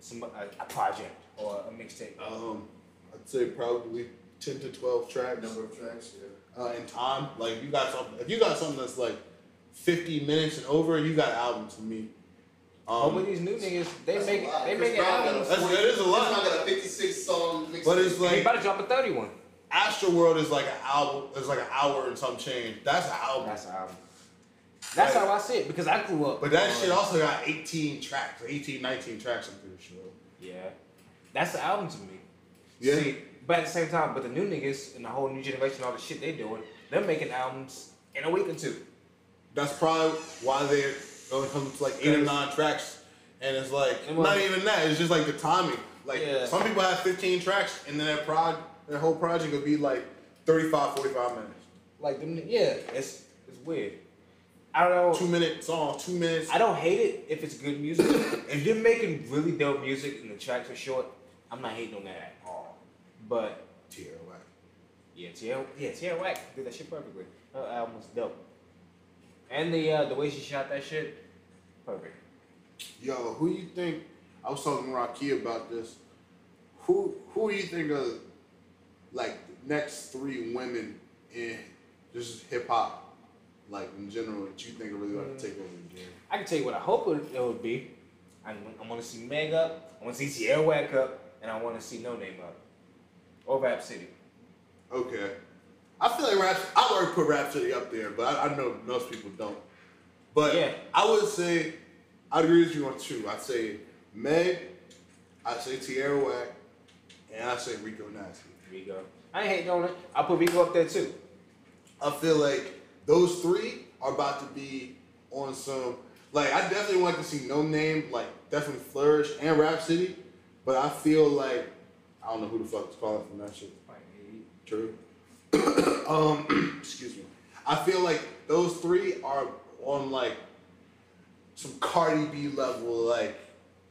Speaker 2: some a, a project or a mixtape?
Speaker 1: Um, I'd say probably ten to twelve tracks
Speaker 6: Number of tracks, yeah.
Speaker 1: uh, in time. Like you got something, if you got something that's like fifty minutes and over, you got an album to me.
Speaker 2: but with
Speaker 1: Um,
Speaker 2: these new niggas, they
Speaker 6: That's a
Speaker 2: make
Speaker 6: lot.
Speaker 2: they
Speaker 6: Chris
Speaker 2: make an
Speaker 6: Brown got
Speaker 2: album.
Speaker 6: a
Speaker 1: That's-
Speaker 6: 40
Speaker 1: that is a lot.
Speaker 6: Chris Brown got a 56 song mixtape.
Speaker 1: but it's
Speaker 2: They
Speaker 1: like
Speaker 2: about to drop a thirty one.
Speaker 1: Astroworld is like an album. It's like an hour and some change. That's an album.
Speaker 2: That's an album. That's
Speaker 1: Like-
Speaker 2: how I see it because I grew up.
Speaker 1: But that
Speaker 2: on-
Speaker 1: shit also got 18 tracks, 18, 19 tracks. I'm pretty sure.
Speaker 2: Yeah, that's the album to me.
Speaker 1: Yeah.
Speaker 2: See, but at the same time, but the new niggas and the whole new generation, all the shit they doing, they're making albums in a week or two.
Speaker 1: That's probably why they're going from like eight or nine tracks, and it's like
Speaker 2: It was-
Speaker 1: not even that. It's just like the timing. Like
Speaker 2: Yeah.
Speaker 1: some people have 15 tracks, and then their prod, their whole project would be like 35, 45 minutes.
Speaker 2: Like them, yeah, it's it's weird. I don't
Speaker 1: Two
Speaker 2: know.
Speaker 1: minute song, two minutes.
Speaker 2: I don't hate it if it's good music. if you're making really dope music and the tracks are short, I'm not hating on that at all. But
Speaker 1: Tear away.
Speaker 2: yeah, Tierra, yeah, Tierra Whack did that shit perfectly. Her album was dope, and the uh, the way she shot that shit, perfect.
Speaker 1: Yo, who you think? I was talking to Rocky about this. Who who you think are like the next three women in just hip hop, like in general, that you think are really about to take over the game?
Speaker 2: I can tell you what I hope it, it would be. I, I want to see Meg up, I want to see Sierra Whack up, and I want to see No Name up. Or Rap City.
Speaker 1: Okay. I feel like rap. I already put Rhapsody up there, but I, I know most people don't. But
Speaker 2: Yeah.
Speaker 1: I would say I'd agree with you on two. I'd say Meg, I'd say Tierra Whack, and I'd say Rico Nasty.
Speaker 2: Rigo. I ain't hating on it. I'll put Rigo up there too.
Speaker 1: I feel like those three are about to be on some. Like I definitely want to see No Name, like definitely flourish and Rhapsody, but I feel like I don't know who the fuck is calling from that shit. True. *coughs* um, *coughs* excuse me. I feel like those three are on like some Cardi B level, like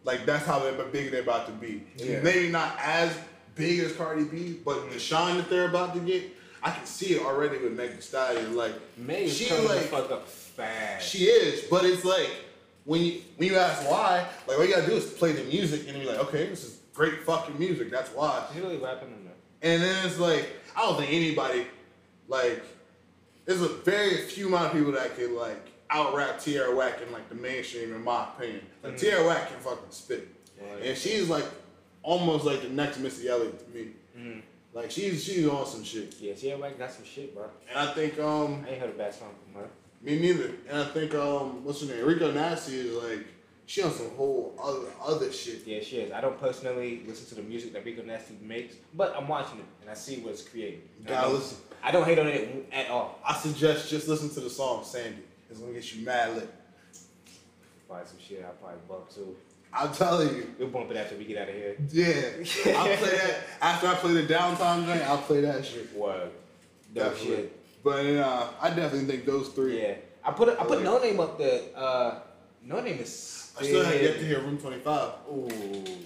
Speaker 1: like that's how they're big they're about to be.
Speaker 2: Yeah.
Speaker 1: Maybe not as big as Cardi B, but the shine that they're about to get, I can see it already with Megan Thee Stallion. Like
Speaker 2: Meg is
Speaker 1: she
Speaker 2: coming the
Speaker 1: like
Speaker 2: fuck up fast.
Speaker 1: she is, but it's like when you when you ask why, like all you gotta do is play the music and be like, okay, this is great fucking music. That's why.
Speaker 2: She's really rapping in there.
Speaker 1: And then it's like, I don't think anybody, like, there's a very few amount of people that can, like, out rap Tierra Whack in, like, the mainstream, in my opinion. Like, Tierra Whack can fucking spit.
Speaker 2: Mm-hmm. Right.
Speaker 1: And she's, like, almost like the next Missy Elliott to me. Like, she's, she's on some shit.
Speaker 2: Yeah, Sierra Whack got some shit, bro.
Speaker 1: And I think, um,
Speaker 2: I ain't heard a bad song from her.
Speaker 1: me neither. And I think, um, what's her name? Rico Nasty is, like, she on some whole other, other shit.
Speaker 2: Yeah, she is. I don't personally listen to the music that Rico Nasty makes, but I'm watching it and I see what's created. And I
Speaker 1: Gotta
Speaker 2: don't-
Speaker 1: listen.
Speaker 2: I don't hate on it at all.
Speaker 1: I suggest just listen to the song, Sandy. It's gonna get you mad lit.
Speaker 2: Probably some shit I probably bump too.
Speaker 1: I'm telling you.
Speaker 2: We'll bump it after we get out of here.
Speaker 1: Yeah, I'll play that after I play the downtime joint. I'll play that shit.
Speaker 2: Word. Dope
Speaker 1: Definitely.
Speaker 2: shit.
Speaker 1: But uh, I definitely think those three.
Speaker 2: Yeah. I put I put
Speaker 1: Like-
Speaker 2: No Name up there. Uh, no Name is.
Speaker 1: I still haven't yet to
Speaker 2: still-
Speaker 1: hear Room Twenty Five.
Speaker 2: Ooh.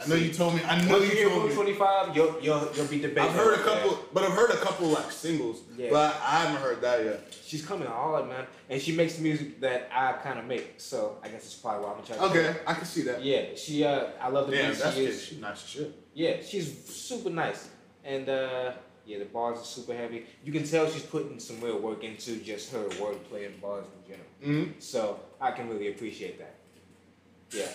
Speaker 1: I know you told me. I know
Speaker 2: Once you
Speaker 1: you
Speaker 2: hear
Speaker 1: told
Speaker 2: Room
Speaker 1: me.
Speaker 2: 25, you'll, you'll, you'll be debating.
Speaker 1: I've heard a
Speaker 2: Yeah.
Speaker 1: couple, but I've heard a couple like singles,
Speaker 2: Yeah.
Speaker 1: but I haven't heard that yet.
Speaker 2: She's coming hard, man. And she makes music that I kind of make. So I guess it's probably why I'm trying to.
Speaker 1: Okay, I can see that.
Speaker 2: Yeah, she, uh, I love the
Speaker 1: Damn,
Speaker 2: way
Speaker 1: that's
Speaker 2: she
Speaker 1: good.
Speaker 2: is.
Speaker 1: She's nice as shit.
Speaker 2: Yeah, she's super nice. And uh yeah, the bars are super heavy. You can tell she's putting some real work into just her wordplay and bars in general.
Speaker 1: Mhm.
Speaker 2: So I can really appreciate that. Yeah.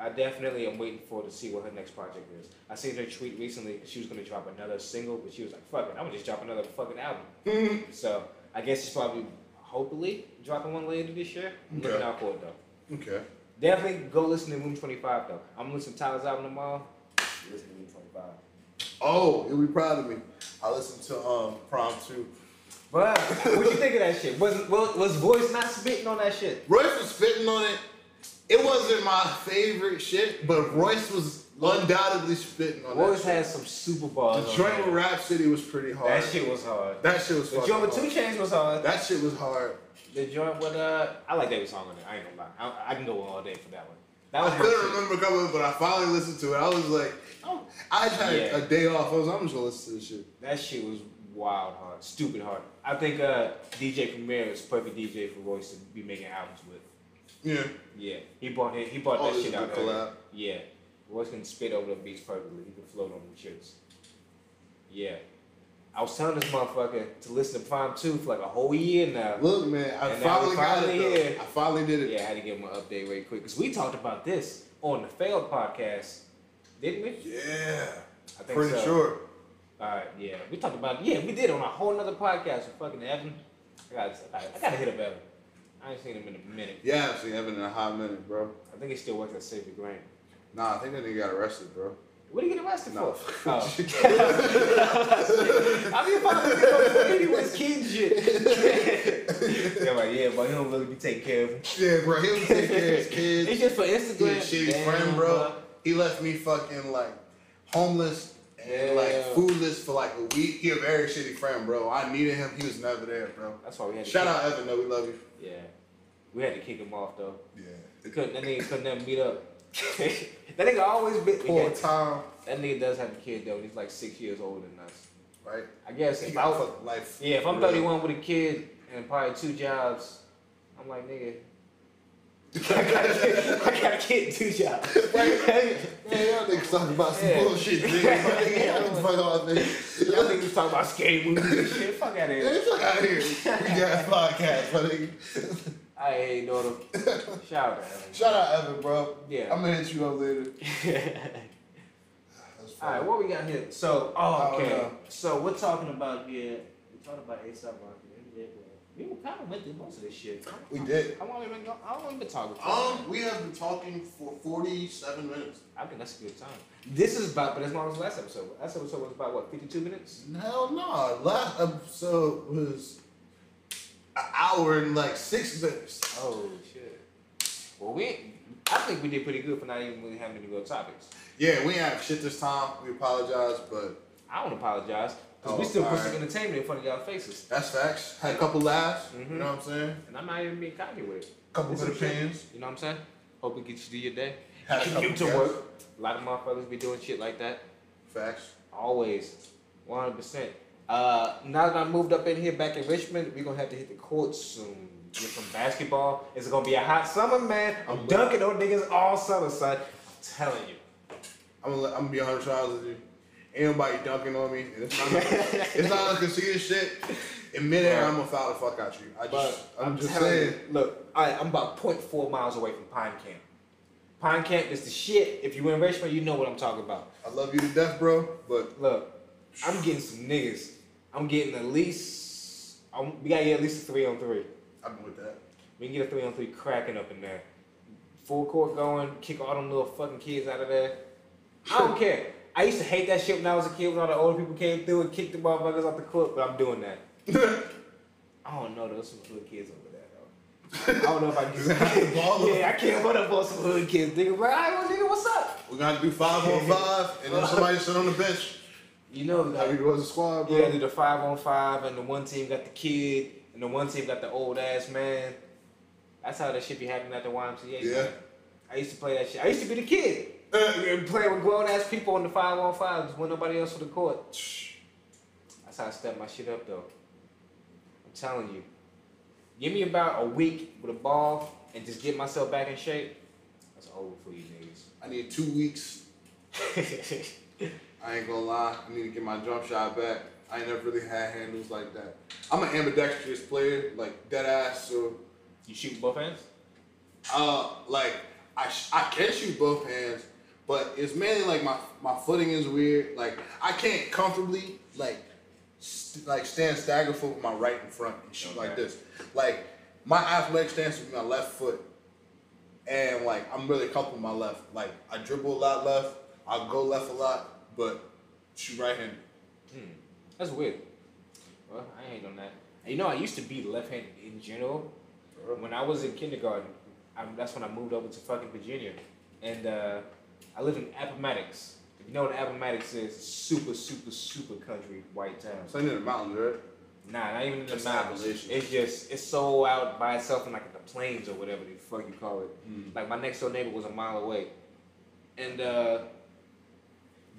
Speaker 2: I definitely am waiting for to see what her next project is. I seen her tweet recently she was gonna drop another single, but she was like, fuck it, I'm gonna just drop another fucking album.
Speaker 1: Mhm.
Speaker 2: So I guess she's probably hopefully dropping one later this year. I'm looking
Speaker 1: Okay.
Speaker 2: out for it though.
Speaker 1: Okay.
Speaker 2: Definitely go listen to Room 25 though. I'm gonna listen to Tyler's album tomorrow. Listen to Room 25.
Speaker 1: Oh, you'll be proud of me. I listened to um Prom Two.
Speaker 2: But what you think of that shit? Was was, was voice not spitting on that shit?
Speaker 1: Royce was spitting on it. It wasn't my favorite shit, but Royce was undoubtedly spitting on that.
Speaker 2: Voice
Speaker 1: shit.
Speaker 2: had some super bars.
Speaker 1: The
Speaker 2: on
Speaker 1: joint with
Speaker 2: there.
Speaker 1: Rhapsody was pretty hard.
Speaker 2: That shit was hard.
Speaker 1: That shit was
Speaker 2: The
Speaker 1: fucking
Speaker 2: joint with
Speaker 1: hard.
Speaker 2: Two Chains was hard.
Speaker 1: That shit was hard.
Speaker 2: The joint with uh, I like that song on it. I ain't gonna lie. I, I can go all day for that one. That was
Speaker 1: I
Speaker 2: my
Speaker 1: couldn't
Speaker 2: shit.
Speaker 1: remember a couple, of it, but I finally listened to it. I was like, I'm- I just had
Speaker 2: Yeah.
Speaker 1: a day off. I was, like, I'm just gonna listen to this shit.
Speaker 2: That shit was wild hard, stupid hard. I think uh, DJ Premier is perfect DJ for Royce to be making albums with.
Speaker 1: Yeah.
Speaker 2: Yeah, he bought it. He bought
Speaker 1: Oh,
Speaker 2: that
Speaker 1: this
Speaker 2: shit
Speaker 1: is a
Speaker 2: out.
Speaker 1: good
Speaker 2: early.
Speaker 1: collab.
Speaker 2: Yeah, Royce can spit over the beach perfectly. He can float on the shirts. Yeah, I was telling this motherfucker to listen to Prime Two for like a whole year now.
Speaker 1: Look, man, I
Speaker 2: And now we
Speaker 1: finally got
Speaker 2: finally
Speaker 1: it. though.
Speaker 2: here.
Speaker 1: I finally did it.
Speaker 2: Yeah, I had to give him an update really quick because we talked about this on the failed podcast, didn't we?
Speaker 1: Yeah.
Speaker 2: I think
Speaker 1: Pretty
Speaker 2: so.
Speaker 1: sure.
Speaker 2: All right, yeah, we talked about yeah, we did on a whole nother podcast with fucking Evan. I got I got to hit up Evan. I ain't seen him in a minute.
Speaker 1: Yeah, I've seen Evan in a hot minute, bro.
Speaker 2: I think he still works at Safety Grant.
Speaker 1: Nah, I think that nigga got arrested,
Speaker 2: *laughs*
Speaker 1: bro. *laughs*
Speaker 2: What do you get arrested
Speaker 1: No. *laughs*
Speaker 2: for? Oh. *laughs* I mean, if I was fucking was kid shit. *laughs* yeah, like, yeah, but he don't really be taking care of him.
Speaker 1: Yeah, bro. He was taking care of his kids.
Speaker 2: It's just for
Speaker 1: He a
Speaker 2: Instagram.
Speaker 1: shitty
Speaker 2: Damn,
Speaker 1: friend, bro. He left me fucking like homeless and
Speaker 2: Yeah.
Speaker 1: like foodless for like a week. He a very shitty friend, bro. I needed him. He was never there, bro.
Speaker 2: That's why we had to
Speaker 1: Shout
Speaker 2: kick,
Speaker 1: out Evan, though. We love you.
Speaker 2: Yeah, we had to kick him off though.
Speaker 1: Yeah.
Speaker 2: We couldn't. That nigga couldn't ever meet up. *laughs* that nigga always been.
Speaker 1: Poor
Speaker 2: Yeah,
Speaker 1: Tom,
Speaker 2: that nigga does have a kid though. and He's like six years older than us.
Speaker 1: right?
Speaker 2: I guess
Speaker 1: He
Speaker 2: if I
Speaker 1: got
Speaker 2: was,
Speaker 1: fucking life.
Speaker 2: yeah, if I'm
Speaker 1: Real. *laughs*
Speaker 2: 31 with a kid and probably two jobs, I'm like nigga. *laughs* *laughs* I gotta get, I gotta get two jobs. *laughs*
Speaker 1: Man, y'all niggas talking about some
Speaker 2: Yeah.
Speaker 1: bullshit,
Speaker 2: *laughs*
Speaker 1: nigga. Fuck the fuck off, nigga.
Speaker 2: Y'all niggas talking about scary movies and shit. Fuck out of
Speaker 1: Man,
Speaker 2: here.
Speaker 1: the fuck out here. We got a podcast, my nigga.
Speaker 2: I ain't know them. Shout out.
Speaker 1: *laughs* Shout out Evan, bro.
Speaker 2: Yeah.
Speaker 1: I'm gonna hit you up later.
Speaker 2: *laughs*
Speaker 1: That's
Speaker 2: All right,
Speaker 1: fine.
Speaker 2: what we got here? So, oh,
Speaker 1: Oh,
Speaker 2: okay.
Speaker 1: no.
Speaker 2: So we're talking about yeah, we're talking about ASAP Rocky. We kind of went through most of this shit.
Speaker 1: We did.
Speaker 2: How long have we been? Go- how long have we been talking? For?
Speaker 6: Um, we have been talking for 47 minutes. *laughs*
Speaker 2: I think that's a good time. This is about, but as long as last episode. Last episode was about what, fifty-two minutes?
Speaker 1: Hell no. Last episode was an hour and like six minutes.
Speaker 2: Oh shit. Well, we, I think we did pretty good for not even really having any real topics.
Speaker 1: Yeah, we ain't have shit this time. We apologize, but
Speaker 2: I don't apologize because we
Speaker 1: Oh,
Speaker 2: still put
Speaker 1: all
Speaker 2: some
Speaker 1: right.
Speaker 2: entertainment in front of y'all faces,
Speaker 1: that's facts. Had a couple laughs.
Speaker 2: Mhm.
Speaker 1: You know what I'm saying?
Speaker 2: and I'm not even being cocky with it.
Speaker 1: Couple
Speaker 2: It's
Speaker 1: good
Speaker 2: okay.
Speaker 1: opinions.
Speaker 2: You know what I'm saying? Hope it gets you through your day.
Speaker 1: Had a
Speaker 2: Get
Speaker 1: couple
Speaker 2: you to
Speaker 1: guests.
Speaker 2: work. A lot of motherfuckers be doing shit like that.
Speaker 1: Facts.
Speaker 2: Always. 100%. Uh, now that I moved up in here back in Richmond, we're going to have to hit the courts soon. Get some basketball. It's going to be a hot summer, man. I'm dunking on niggas all summer, son. I'm telling you.
Speaker 1: I'm gonna, let- I'm gonna be honest with you. Ain't nobody dunking on me. And It's not, it's not a conceited shit. In midair, I'm gonna foul the fuck out you. I just,
Speaker 2: But
Speaker 1: I'm, just
Speaker 2: telling
Speaker 1: saying.
Speaker 2: You, look, I, I'm about 0.4 miles away from Pine Camp. Pine Camp is the shit. If you in Richmond, you know what I'm talking about.
Speaker 1: I love you to death, bro. But
Speaker 2: Look, I'm getting some niggas. I'm getting at least. I'm, we gotta get at least a three on three.
Speaker 1: I've been with that.
Speaker 2: We can get a three on three cracking up in there. Full court going, kick all them little fucking kids out of there. I don't care. I used to hate that shit when I was a kid when all the older people came through and kicked the motherfuckers off the court, but I'm doing *laughs* that. I don't know, those some little kids over there though. *laughs* I don't know if I can
Speaker 1: Ball
Speaker 2: Yeah, I can't run up on some little kids, nigga. Like, all right, well, nigga, what's up?
Speaker 1: We're gonna do five on five, and then somebody sit on the bench.
Speaker 2: You know,
Speaker 1: How
Speaker 2: like,
Speaker 1: you was a squad, bro.
Speaker 2: yeah, do the five on five, and the one team got the kid, and the one team got the old ass man. That's how that shit be happening at the YMCA.
Speaker 1: Yeah. Uh,
Speaker 2: man. I used to play that shit. I used to be the kid. and play with grown ass people on the five on fives when nobody else on the court. That's how I step my shit up though. I'm telling you. Give me about a week with a ball and just get myself back in shape. That's over for you
Speaker 1: I need two weeks.
Speaker 2: niggas. *laughs*
Speaker 1: I ain't gonna lie. I need to get my jump shot back. I ain't never really had handles like that. I'm an ambidextrous player, like dead ass. So,
Speaker 2: you shoot with both hands?
Speaker 1: uh, like I, sh- I can shoot both hands, but it's mainly like my my footing is weird. Like I can't comfortably like st- like stand stagger foot with my right in front and shoot like
Speaker 2: Okay.
Speaker 1: this. Like my athletic stance is with my left foot, and like I'm really comfortable with my left. Like I dribble a lot left, I go left a lot, but shoot right handed.
Speaker 2: That's weird. Hmm. Well, I ain't on that. And You know, I used to be left handed in general. When I was in kindergarten, I, that's when I moved over to fucking Virginia. And uh, I lived in Appomattox. If you know what Appomattox is, it's super, super, super country white town.
Speaker 1: So I need the mountains, right?
Speaker 2: Nah, not even in the
Speaker 1: That's
Speaker 2: mountains.
Speaker 1: Appalachian.
Speaker 2: It's just, it's so out by itself in like the plains or whatever the fuck you call it. Like my next door neighbor was a mile away, and uh,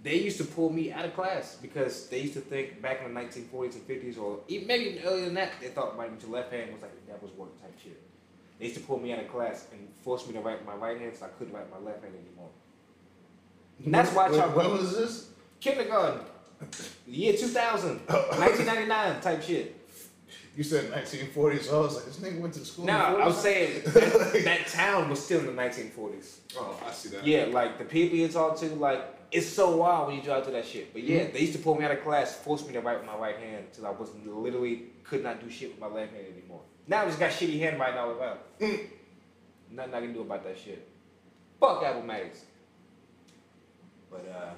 Speaker 2: they used to pull me out of class because they used to think back in the e, 1940s and 50s, or even maybe even earlier than that, they thought my left hand was like the devil's work type shit. They used to pull me out of class and force me to write with my right hand so I couldn't write with my left hand anymore. And that's why
Speaker 1: Wait,
Speaker 2: Chuck
Speaker 1: When was this?
Speaker 2: kindergarten, the year 2000, 1999 type shit.
Speaker 1: You said 1940s. So I was like, this nigga went to school.
Speaker 2: No,
Speaker 1: in the
Speaker 2: I was
Speaker 1: 40s?
Speaker 2: saying that, that town was still in the 1940s.
Speaker 1: Oh, I see that.
Speaker 2: Yeah, like the people you talk to, like it's so wild when you drive through that shit. But yeah, they used to pull me out of class, force me to write with my right hand till I was literally could not do shit with my left hand anymore. Now I just got shitty handwriting all around. Nothing I can do about that shit. Fuck Apple Mags. But uh,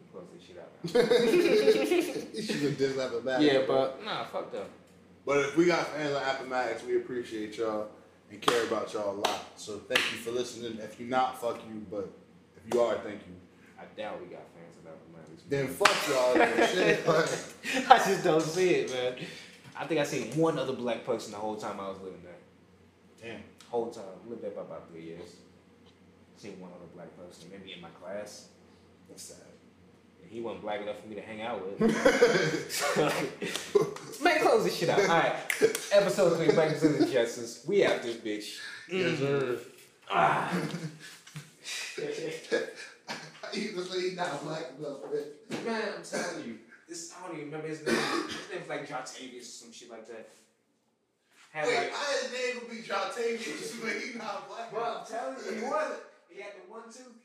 Speaker 2: we close this shit *laughs*
Speaker 1: *laughs*
Speaker 2: out.
Speaker 1: You should have did that
Speaker 2: Now.
Speaker 1: back.
Speaker 2: yeah, but nah, fuck them.
Speaker 1: But if we got fans on Appomattox, we appreciate y'all and care about y'all a lot. So thank you for listening. If you're not, fuck you. But if you are, thank you.
Speaker 2: I doubt we got fans of Apple Mags.
Speaker 1: Then fuck y'all. and shit. Like,
Speaker 2: *laughs* I just don't see it, man. I think I seen one other black person the whole time I was living there.
Speaker 1: Damn.
Speaker 2: Whole time. Lived there for about three years. Seen one other black person, maybe in my class.
Speaker 1: That's sad.
Speaker 2: And he wasn't black enough for me to hang out with. *laughs* So, man, close this shit out. Alright. Episode 3, Black Brazilian Justice. We out this bitch. Mm. Ah.
Speaker 1: Yes, sir.
Speaker 6: He was like, he not black enough, *laughs* man.
Speaker 2: Man, I'm telling you. This I don't even remember his name. His name's like Jotavius or some shit like that. Had
Speaker 6: Wait,
Speaker 2: like
Speaker 6: I his name would be John Tavius, but *laughs* he not black
Speaker 2: Bro,
Speaker 6: enough.
Speaker 2: I'm telling you, he wasn't. He had the one tooth.